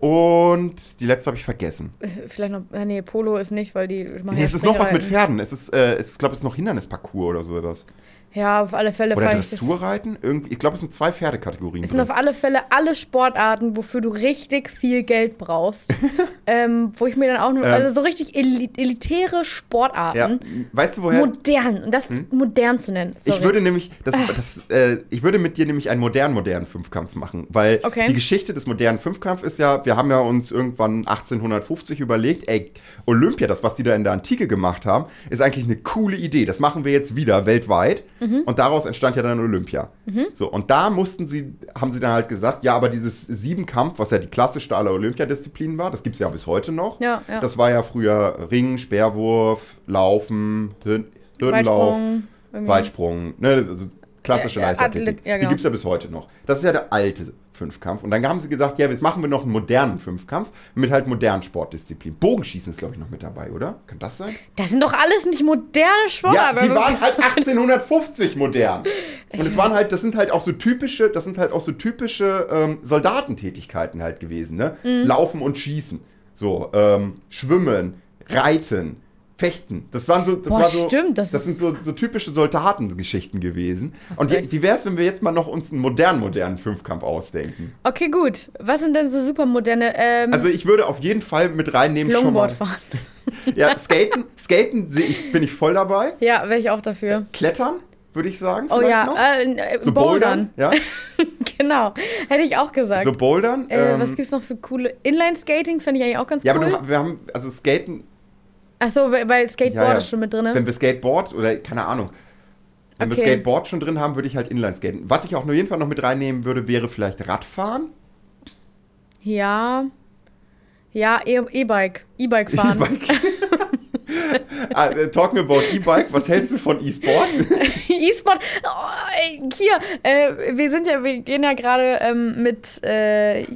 Und die letzte habe ich vergessen. Äh, Vielleicht noch, äh, nee, Polo ist nicht, weil die machen Nee, ja es ist noch was mit Springreiten. Pferden. Es ist, äh, es, ich glaube, es ist noch Hindernisparcours oder so etwas. Ja, auf alle Fälle Oder fand ich das- Dressurreiten. Irgendwie, ich glaube, es sind zwei Pferdekategorien. Es sind drin. auf alle Fälle alle Sportarten, wofür du richtig viel Geld brauchst. ähm, wo ich mir dann auch nur, Ähm. also so richtig eli elitäre ja. Sportarten, Weißt du, woher? modern, und das ist modern zu nennen. Sorry. Ah. Ich würde nämlich, das, das, äh, ich würde mit dir nämlich einen modernen, modernen Fünfkampf machen, weil Okay. die Geschichte des modernen Fünfkampfs ist ja, wir haben ja uns irgendwann 1850 überlegt, ey, Olympia, das, was die da in der Antike gemacht haben, ist eigentlich eine coole Idee. Das machen wir jetzt wieder weltweit Mhm. Und daraus entstand ja dann Olympia. So, und da mussten sie, haben sie dann halt gesagt, ja, aber dieses Siebenkampf, was ja die klassischste aller Olympiadisziplinen war, das gibt es ja bis heute noch. Ja, ja. Das war ja früher Ring, Speerwurf, Laufen, Hür- Hürdenlauf, Weitsprung, irgendwie. Weitsprung, ne, also klassische Ja, ja, Leichtathletik. Athlet- ja, Die genau. gibt es ja bis heute noch. Das ist ja der alte Fünfkampf. Und dann haben sie gesagt, ja, jetzt machen wir noch einen modernen Fünfkampf mit halt modernen Sportdisziplinen. Bogenschießen ist, glaube ich, noch mit dabei, oder? Kann das sein? Das sind doch alles nicht moderne Ja, Sportarten. die Das ist- waren halt 1850 modern. Und es waren halt, das sind halt auch so typische, das sind halt auch so typische ähm, Soldatentätigkeiten halt gewesen, ne? Mhm. Laufen und schießen. So, ähm, schwimmen, reiten, fechten. Das waren so, das Boah, war so, stimmt, das das sind ist- so, so typische Soldatengeschichten gewesen. Und recht. jetzt, wie wär's, wenn wir jetzt mal noch uns einen modernen, modernen Fünfkampf ausdenken? Okay, gut. Was sind denn so super moderne ähm, Also ich würde auf jeden Fall mit reinnehmen schon mal. Longboard fahren? Ja, skaten, skaten sehe ich, bin ich voll dabei. Ja, wäre ich auch dafür. Klettern, würde ich sagen. Oh vielleicht ja, noch. äh, äh, So Bouldern, Bouldern. ja. Genau. Hätte ich auch gesagt. So Bouldern. äh, ähm, was gibt's noch für coole. Inline-Skating fände ich eigentlich auch ganz ja, cool. aber du, wir haben, also Skaten, Achso, weil weil Skateboard Ja, ja. ist schon mit wenn drin. wir Skateboard oder keine Ahnung, wenn wir Ne? Okay. Skateboard schon drin haben, würde ich halt Inline skaten. Was ich auch auf jeden Fall noch mit reinnehmen würde, wäre vielleicht Radfahren. Ja. Ja, E- E-Bike. E-Bike fahren. Ah, äh, Talking about E-Bike, was hältst du von E-Sport? E-Sport. Oh, ey, hier, äh, wir sind ja, wir gehen ja gerade ähm, mit äh,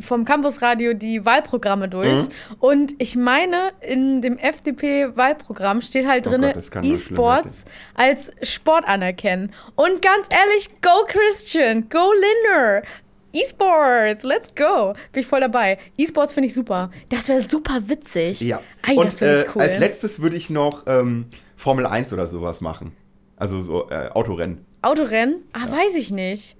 vom Campusradio die Wahlprogramme durch. Mhm. Und ich meine, in dem FDP-Wahlprogramm steht halt Oh drin, Gott, das kann nur schlimm E-Sports als Sport anerkennen. Und ganz ehrlich, go Christian, go Linner. E-Sports, let's go. Bin ich voll dabei. E-Sports finde ich super. Das wäre super witzig. Ei, Und das finde äh, ich cool. als letztes würde ich noch ähm, Formel 1 oder sowas machen. Also so äh, Autorennen. Autorennen? Ah, weiß ich nicht.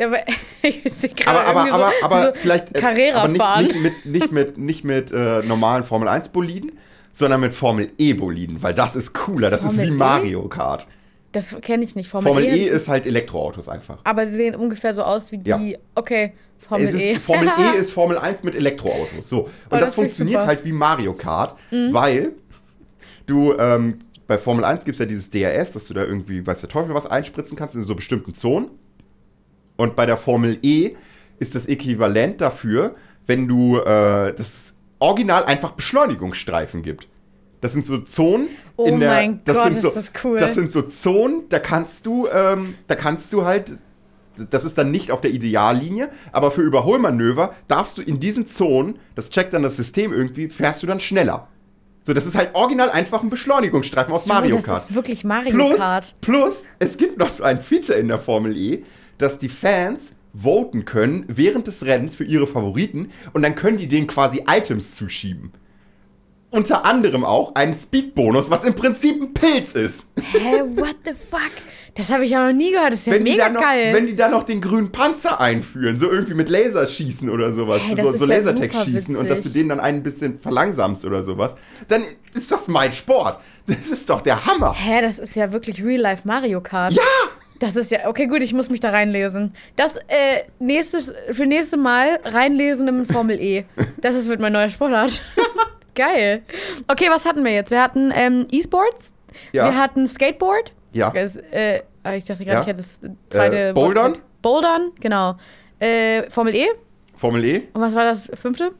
Aber ich sehe gerade Aber, aber, irgendwie aber, so, aber so vielleicht äh, Carrera aber nicht, fahren. nicht mit, nicht mit, nicht mit äh, normalen Formel 1 Boliden, sondern mit Formel E Boliden, weil das ist cooler. Das Formel ist E? wie Mario Kart. das kenne ich nicht. Formel, Formel E, E hab ich- ist halt Elektroautos einfach. Aber sie sehen ungefähr so aus wie die. Ja. Okay, Formel es ist, E. Oh, Formel E ist Formel 1 mit Elektroautos. So. Und das, das finde ich funktioniert super. Mhm. halt wie Mario Kart, weil du ähm, bei Formel 1 gibt es ja dieses DRS, dass du da irgendwie, weiß der Teufel, was einspritzen kannst in so bestimmten Zonen. Und bei der Formel E ist das Äquivalent dafür, wenn du äh, das Original einfach Beschleunigungsstreifen gibt. Das sind so Zonen. Oh in der, mein das Gott, sind so, ist das cool. Das sind so Zonen, da kannst du, ähm, da kannst du halt, das ist dann nicht auf der Ideallinie, aber für Überholmanöver darfst du in diesen Zonen, das checkt dann das System irgendwie, fährst du dann schneller. So, das ist halt original einfach ein Beschleunigungsstreifen aus Mario Das Kart. ist wirklich Mario Plus, Kart. plus, es gibt noch so ein Feature in der Formel E, dass die Fans voten können während des Rennens für ihre Favoriten und dann können die denen quasi Items zuschieben. Unter anderem auch einen Speed-Bonus, was im Prinzip ein Pilz ist. Hä, what the fuck? Das habe ich ja noch nie gehört. Das ist ja wenn, die mega dann noch, geil. wenn die dann noch den grünen Panzer einführen, so irgendwie mit Laserschießen oder sowas, Hey, das so, ist so ja Lasertag super schießen und dass du witzig. den dann ein bisschen verlangsamst oder sowas, dann ist das mein Sport. Das ist doch der Hammer. Hä, das ist ja wirklich Real-Life Mario Kart. Ja! Das ist ja, okay, gut, ich muss mich da reinlesen. Das, äh, nächstes, für nächste Mal reinlesen im Formel E. Das ist, wird mein neuer Sportart. Geil. Okay, was hatten wir jetzt? Wir hatten ähm, E-Sports, Ja. wir hatten Skateboard. Ja. Es, äh, ah, ich dachte gerade, Ja. ich hätte das zweite. Äh, Wort Bouldern? gesagt. Bouldern, genau. Äh, Formel E. Formel E? Und was war das fünfte?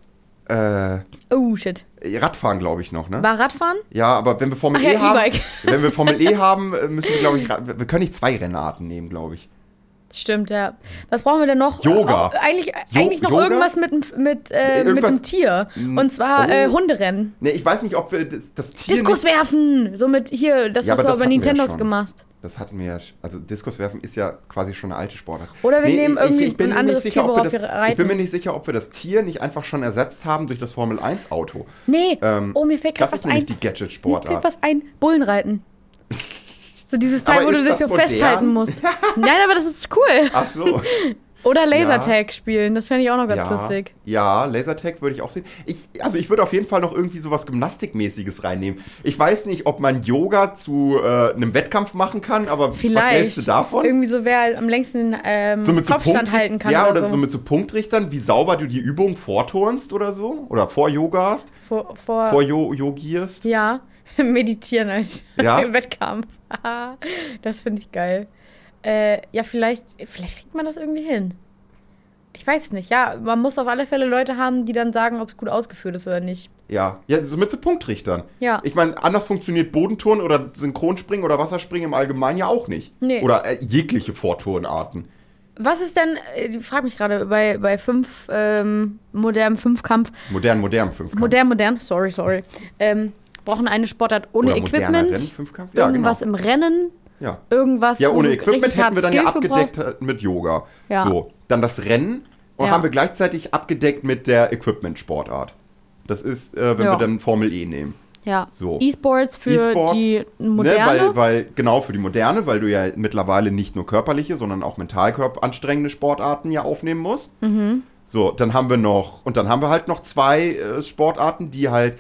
Äh, Oh, shit. Radfahren, glaube ich, noch, ne? War Radfahren? Ja, aber wenn wir Formel Ach ja, E haben, E-Bike. wenn wir Formel E haben, äh, müssen wir glaube ich, ra- wir können nicht zwei Rennarten nehmen, glaube ich. Stimmt, ja. Was brauchen wir denn noch? Yoga. Auch, eigentlich, Jo- eigentlich noch Yoga? irgendwas mit, dem- mit, äh, mit Irgendwas- einem Tier. Mm, Und zwar äh, oh. Hunderennen. Ne, ich weiß nicht, ob wir das, das Tier Diskus nicht, werfen. So mit hier, das, Ja, was aber du das aber hatten wir ja Nintendox schon. gemacht das hatten wir ja, sch- also Diskus werfen ist ja quasi schon eine alte Sportart. Oder wir Nee, nehmen irgendwie ein mir anderes nicht sicher, Tier, ob wir worauf wir das, Ich bin mir reiten. nicht sicher, ob wir das Tier nicht einfach schon ersetzt haben durch das Formel 1 Auto. Nee, Ähm, oh, mir fällt Das gerade was ist ein. nämlich die Gadget Mir fällt Sportart. was ein. Bullenreiten. So dieses Teil, Aber wo du ist dich das so modern? festhalten musst. Nein, aber das ist cool. Ach so. Oder Lasertag spielen. Das fände ich auch noch ganz ja, lustig. Ja, Lasertag würde ich auch sehen. Ich, also ich würde auf jeden Fall noch irgendwie sowas Gymnastikmäßiges reinnehmen. Ich weiß nicht, ob man Yoga zu äh, einem Wettkampf machen kann, aber Vielleicht. was hältst du davon? Irgendwie so, wer am längsten den ähm, So mit so Kopfstand Punktri- halten kann. ja, oder so. mit so Punktrichtern, wie sauber du die Übung vorturnst oder so. Oder voryogarst, Vor, vor, vorjogierst. Ja, meditieren als Ja? im Wettkampf. das finde ich geil. Äh, ja, vielleicht, vielleicht kriegt man das irgendwie hin. Ich weiß es nicht. Ja, man muss auf alle Fälle Leute haben, die dann sagen, ob es gut ausgeführt ist oder nicht. Ja, ja so mit so Punktrichtern. Ja. Ich meine, anders funktioniert Bodenturnen oder Synchronspringen oder Wasserspringen im Allgemeinen ja auch nicht. Nee. Oder äh, jegliche Vorturnarten. Was ist denn, äh, frag mich gerade, bei, bei fünf, ähm, modernem Fünfkampf, Modern, modern Fünfkampf. modern, modern, sorry, sorry, ähm, brauchen eine Sportart ohne oder moderner Equipment, Ähm, Rennen, Fünfkampf? Ja, genau. irgendwas im Rennen, Ja. irgendwas ja, wo ohne du Equipment richtig hätten wir hart dann ja Skill für brauchst. abgedeckt äh, mit Yoga. Ja. So, dann das Rennen und Ja. haben wir gleichzeitig abgedeckt mit der Equipment-Sportart. Das ist, äh, wenn Ja. wir dann Formel E nehmen. Ja, So. E-Sports für die moderne. Ne, weil, weil, genau, für die moderne, weil du ja mittlerweile nicht nur körperliche, sondern auch mental körp- anstrengende Sportarten ja aufnehmen musst. Mhm. So, dann haben wir noch, und dann haben wir halt noch zwei äh, Sportarten, die halt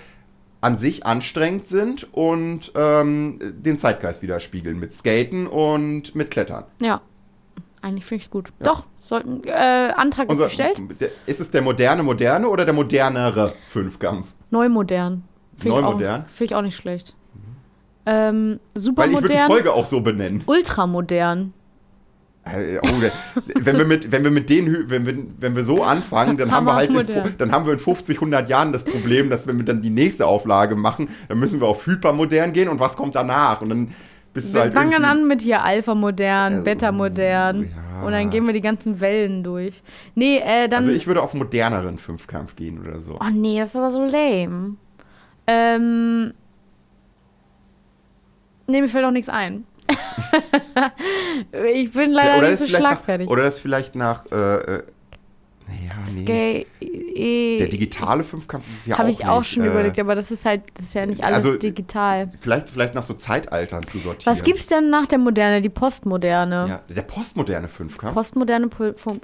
an sich anstrengend sind und ähm, den Zeitgeist widerspiegeln mit Skaten und mit Klettern. ja, eigentlich finde ich es gut. Doch, sollten, äh, Antrag ist Unser, gestellt, ist es der moderne Moderne oder der modernere Fünfkampf? neumodern. Find ich auch- Neumodern? Mhm. Finde ich auch nicht schlecht. Ähm, Weil ich würde die supermodern, Folge auch so benennen. ultramodern. Äh, Oh, der- wenn wir mit, wenn wir mit den, Hü- wenn wir, wenn wir so anfangen, dann haben wir Hammer halt, in, modern. fu- dann haben wir in 50, 100 Jahren das Problem, dass wenn wir dann die nächste Auflage machen, dann müssen wir auf hypermodern gehen und was kommt danach? Und dann bist du Wir halt fangen irgendwie- an mit hier Alpha modern, Äh, Beta modern ja. und dann gehen wir die ganzen Wellen durch. Nee, äh, dann Also ich würde auf einen moderneren Fünfkampf gehen oder so. Oh nee, das ist aber so lame. Ähm. Nee, mir fällt auch nichts ein. ich bin leider oder nicht so vielleicht schlagfertig. Nach, oder das vielleicht nach, äh, äh, naja, nee. Skate. E- Der digitale Fünfkampf ist es ja auch Habe ich auch nicht, schon äh, überlegt, aber das ist halt, das ist ja nicht alles also, digital. Vielleicht, vielleicht nach so Zeitaltern zu sortieren. Was gibt's denn nach der Moderne, die Postmoderne? Ja, der postmoderne Fünfkampf. Postmoderne, Pol- Fun-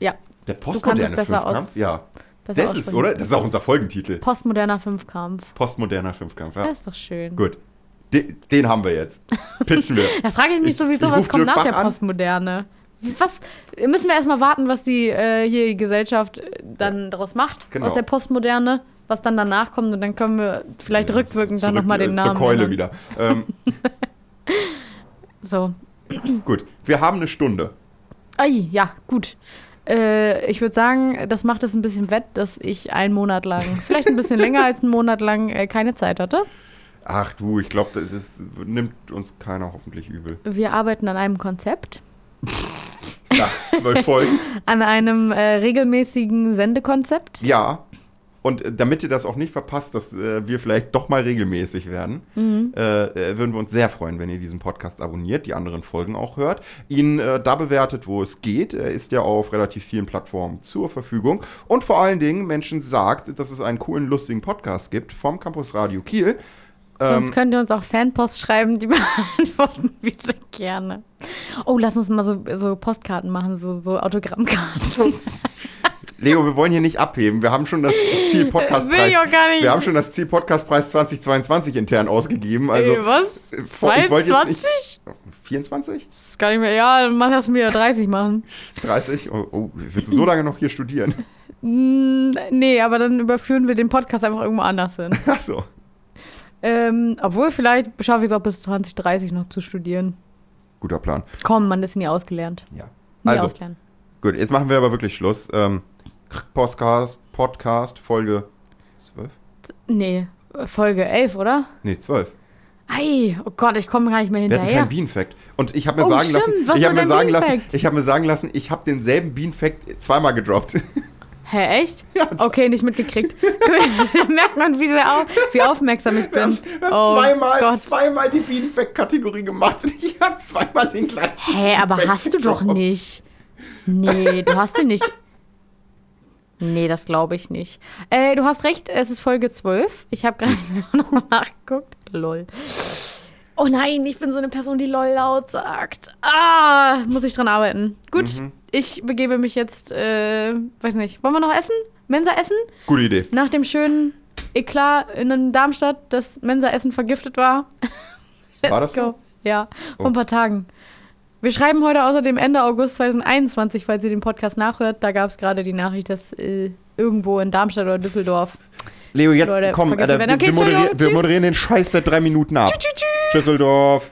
ja, der es postmoderne besser aus- Fünfkampf, ja. besser Das ist, aussprechen. oder? Das ist auch unser Folgentitel. Postmoderner Fünfkampf. Postmoderner Fünfkampf. Ja. Das ist doch schön. Gut. De den haben wir jetzt. Pitchen wir. Da frage ich mich Ich- sowieso, ich was ruf kommt Dirk nach Bach der an. Postmoderne? Was müssen wir erstmal warten, was die äh, hier die Gesellschaft äh, dann daraus macht Genau. aus der Postmoderne, was dann danach kommt und dann können wir vielleicht rückwirkend dann Mhm. Zurück, nochmal den äh, Namen ne? Zur Keule ändern. wieder. Ähm, So, gut. Wir haben eine Stunde. Ai, ja gut. Äh, ich würde sagen, das macht es ein bisschen wett, dass ich einen Monat lang, vielleicht ein bisschen länger als einen Monat lang äh, keine Zeit hatte. Ach du, ich glaube, das ist, nimmt uns keiner hoffentlich übel. Wir arbeiten an einem Konzept, Nach zwölf Folgen. an einem äh, regelmäßigen Sendekonzept. Ja. Und äh, damit ihr das auch nicht verpasst, dass äh, wir vielleicht doch mal regelmäßig werden, Mhm. äh, äh, würden wir uns sehr freuen, wenn ihr diesen Podcast abonniert, die anderen Folgen auch hört, ihn äh, da bewertet, wo es geht. Er ist ja auf relativ vielen Plattformen zur Verfügung. Und vor allen Dingen Menschen sagt, dass es einen coolen, lustigen Podcast gibt vom Campus Radio Kiel. Ähm, Sonst könnt ihr uns auch Fanpost schreiben, die beantworten wir sehr gerne. Oh, lass uns mal so, so Postkarten machen, so, so Autogrammkarten. Leo, wir wollen hier nicht abheben. Wir haben schon das Ziel Podcastpreis. Will ich auch gar nicht. Wir haben schon das Ziel Podcastpreis 2022 intern ausgegeben. Also Ey, was? äh, vor- ich wollte jetzt 22? nicht- 24? Das ist gar nicht mehr. Ja, dann mach das mir 30 machen. 30? Oh, oh, willst du so lange noch hier studieren? Mm, nee, aber dann überführen wir den Podcast einfach irgendwo anders hin. Ach so. ähm, obwohl, vielleicht schaffe ich es auch bis 2030 noch zu studieren. Guter Plan. Komm, man ist nie ausgelernt. Ja. Nie Also, ausgelernt. gut, jetzt machen wir aber wirklich Schluss. Ähm, Podcast, Podcast, Folge 12? Nee, Folge 11, oder? Nee, 12. Ei, oh Gott, ich komme gar nicht mehr Wir hatten hinterher. keinen Bienenfact. Und ich habe mir, Oh, sagen lassen, stimmt. Was ich war hab mir dein sagen lassen, Bienenfact? ich habe mir sagen lassen, ich habe denselben Bienenfact zweimal gedroppt. Hä, echt? Ja, okay, nicht mitgekriegt. Merkt man, wie, sehr auf, wie aufmerksam ich bin. Wir haben Oh zweimal, Gott. zweimal die Bienenfact-Kategorie gemacht und ich habe zweimal den gleichen. Hä, aber Bienenfact hast du doch gedroppt. nicht. Nee, du hast ihn nicht. Nee, das glaube ich nicht. Äh, du hast recht, es ist Folge 12. Ich habe gerade nochmal nachgeguckt. Lol. Oh nein, ich bin so eine Person, die lol laut sagt. Ah, muss ich dran arbeiten. Gut, ich begebe mich jetzt, äh, weiß nicht, wollen wir noch essen? Mensa essen? Gute Idee. Nach dem schönen Eklat in Darmstadt, dass Mensaessen vergiftet war. War das Go. so? Ja, vor ein Oh. paar Tagen. Wir schreiben heute außerdem Ende August 2021, falls ihr den Podcast nachhört. Da gab es gerade die Nachricht, dass äh, irgendwo in Darmstadt oder Düsseldorf Leo, jetzt Leute, komm, vergessen Alter, werden. wir, Okay, wir, moderieren, Entschuldigung, wir tschüss. moderieren den Scheiß seit drei Minuten ab. Tschüss, tschüss. Schüsseldorf.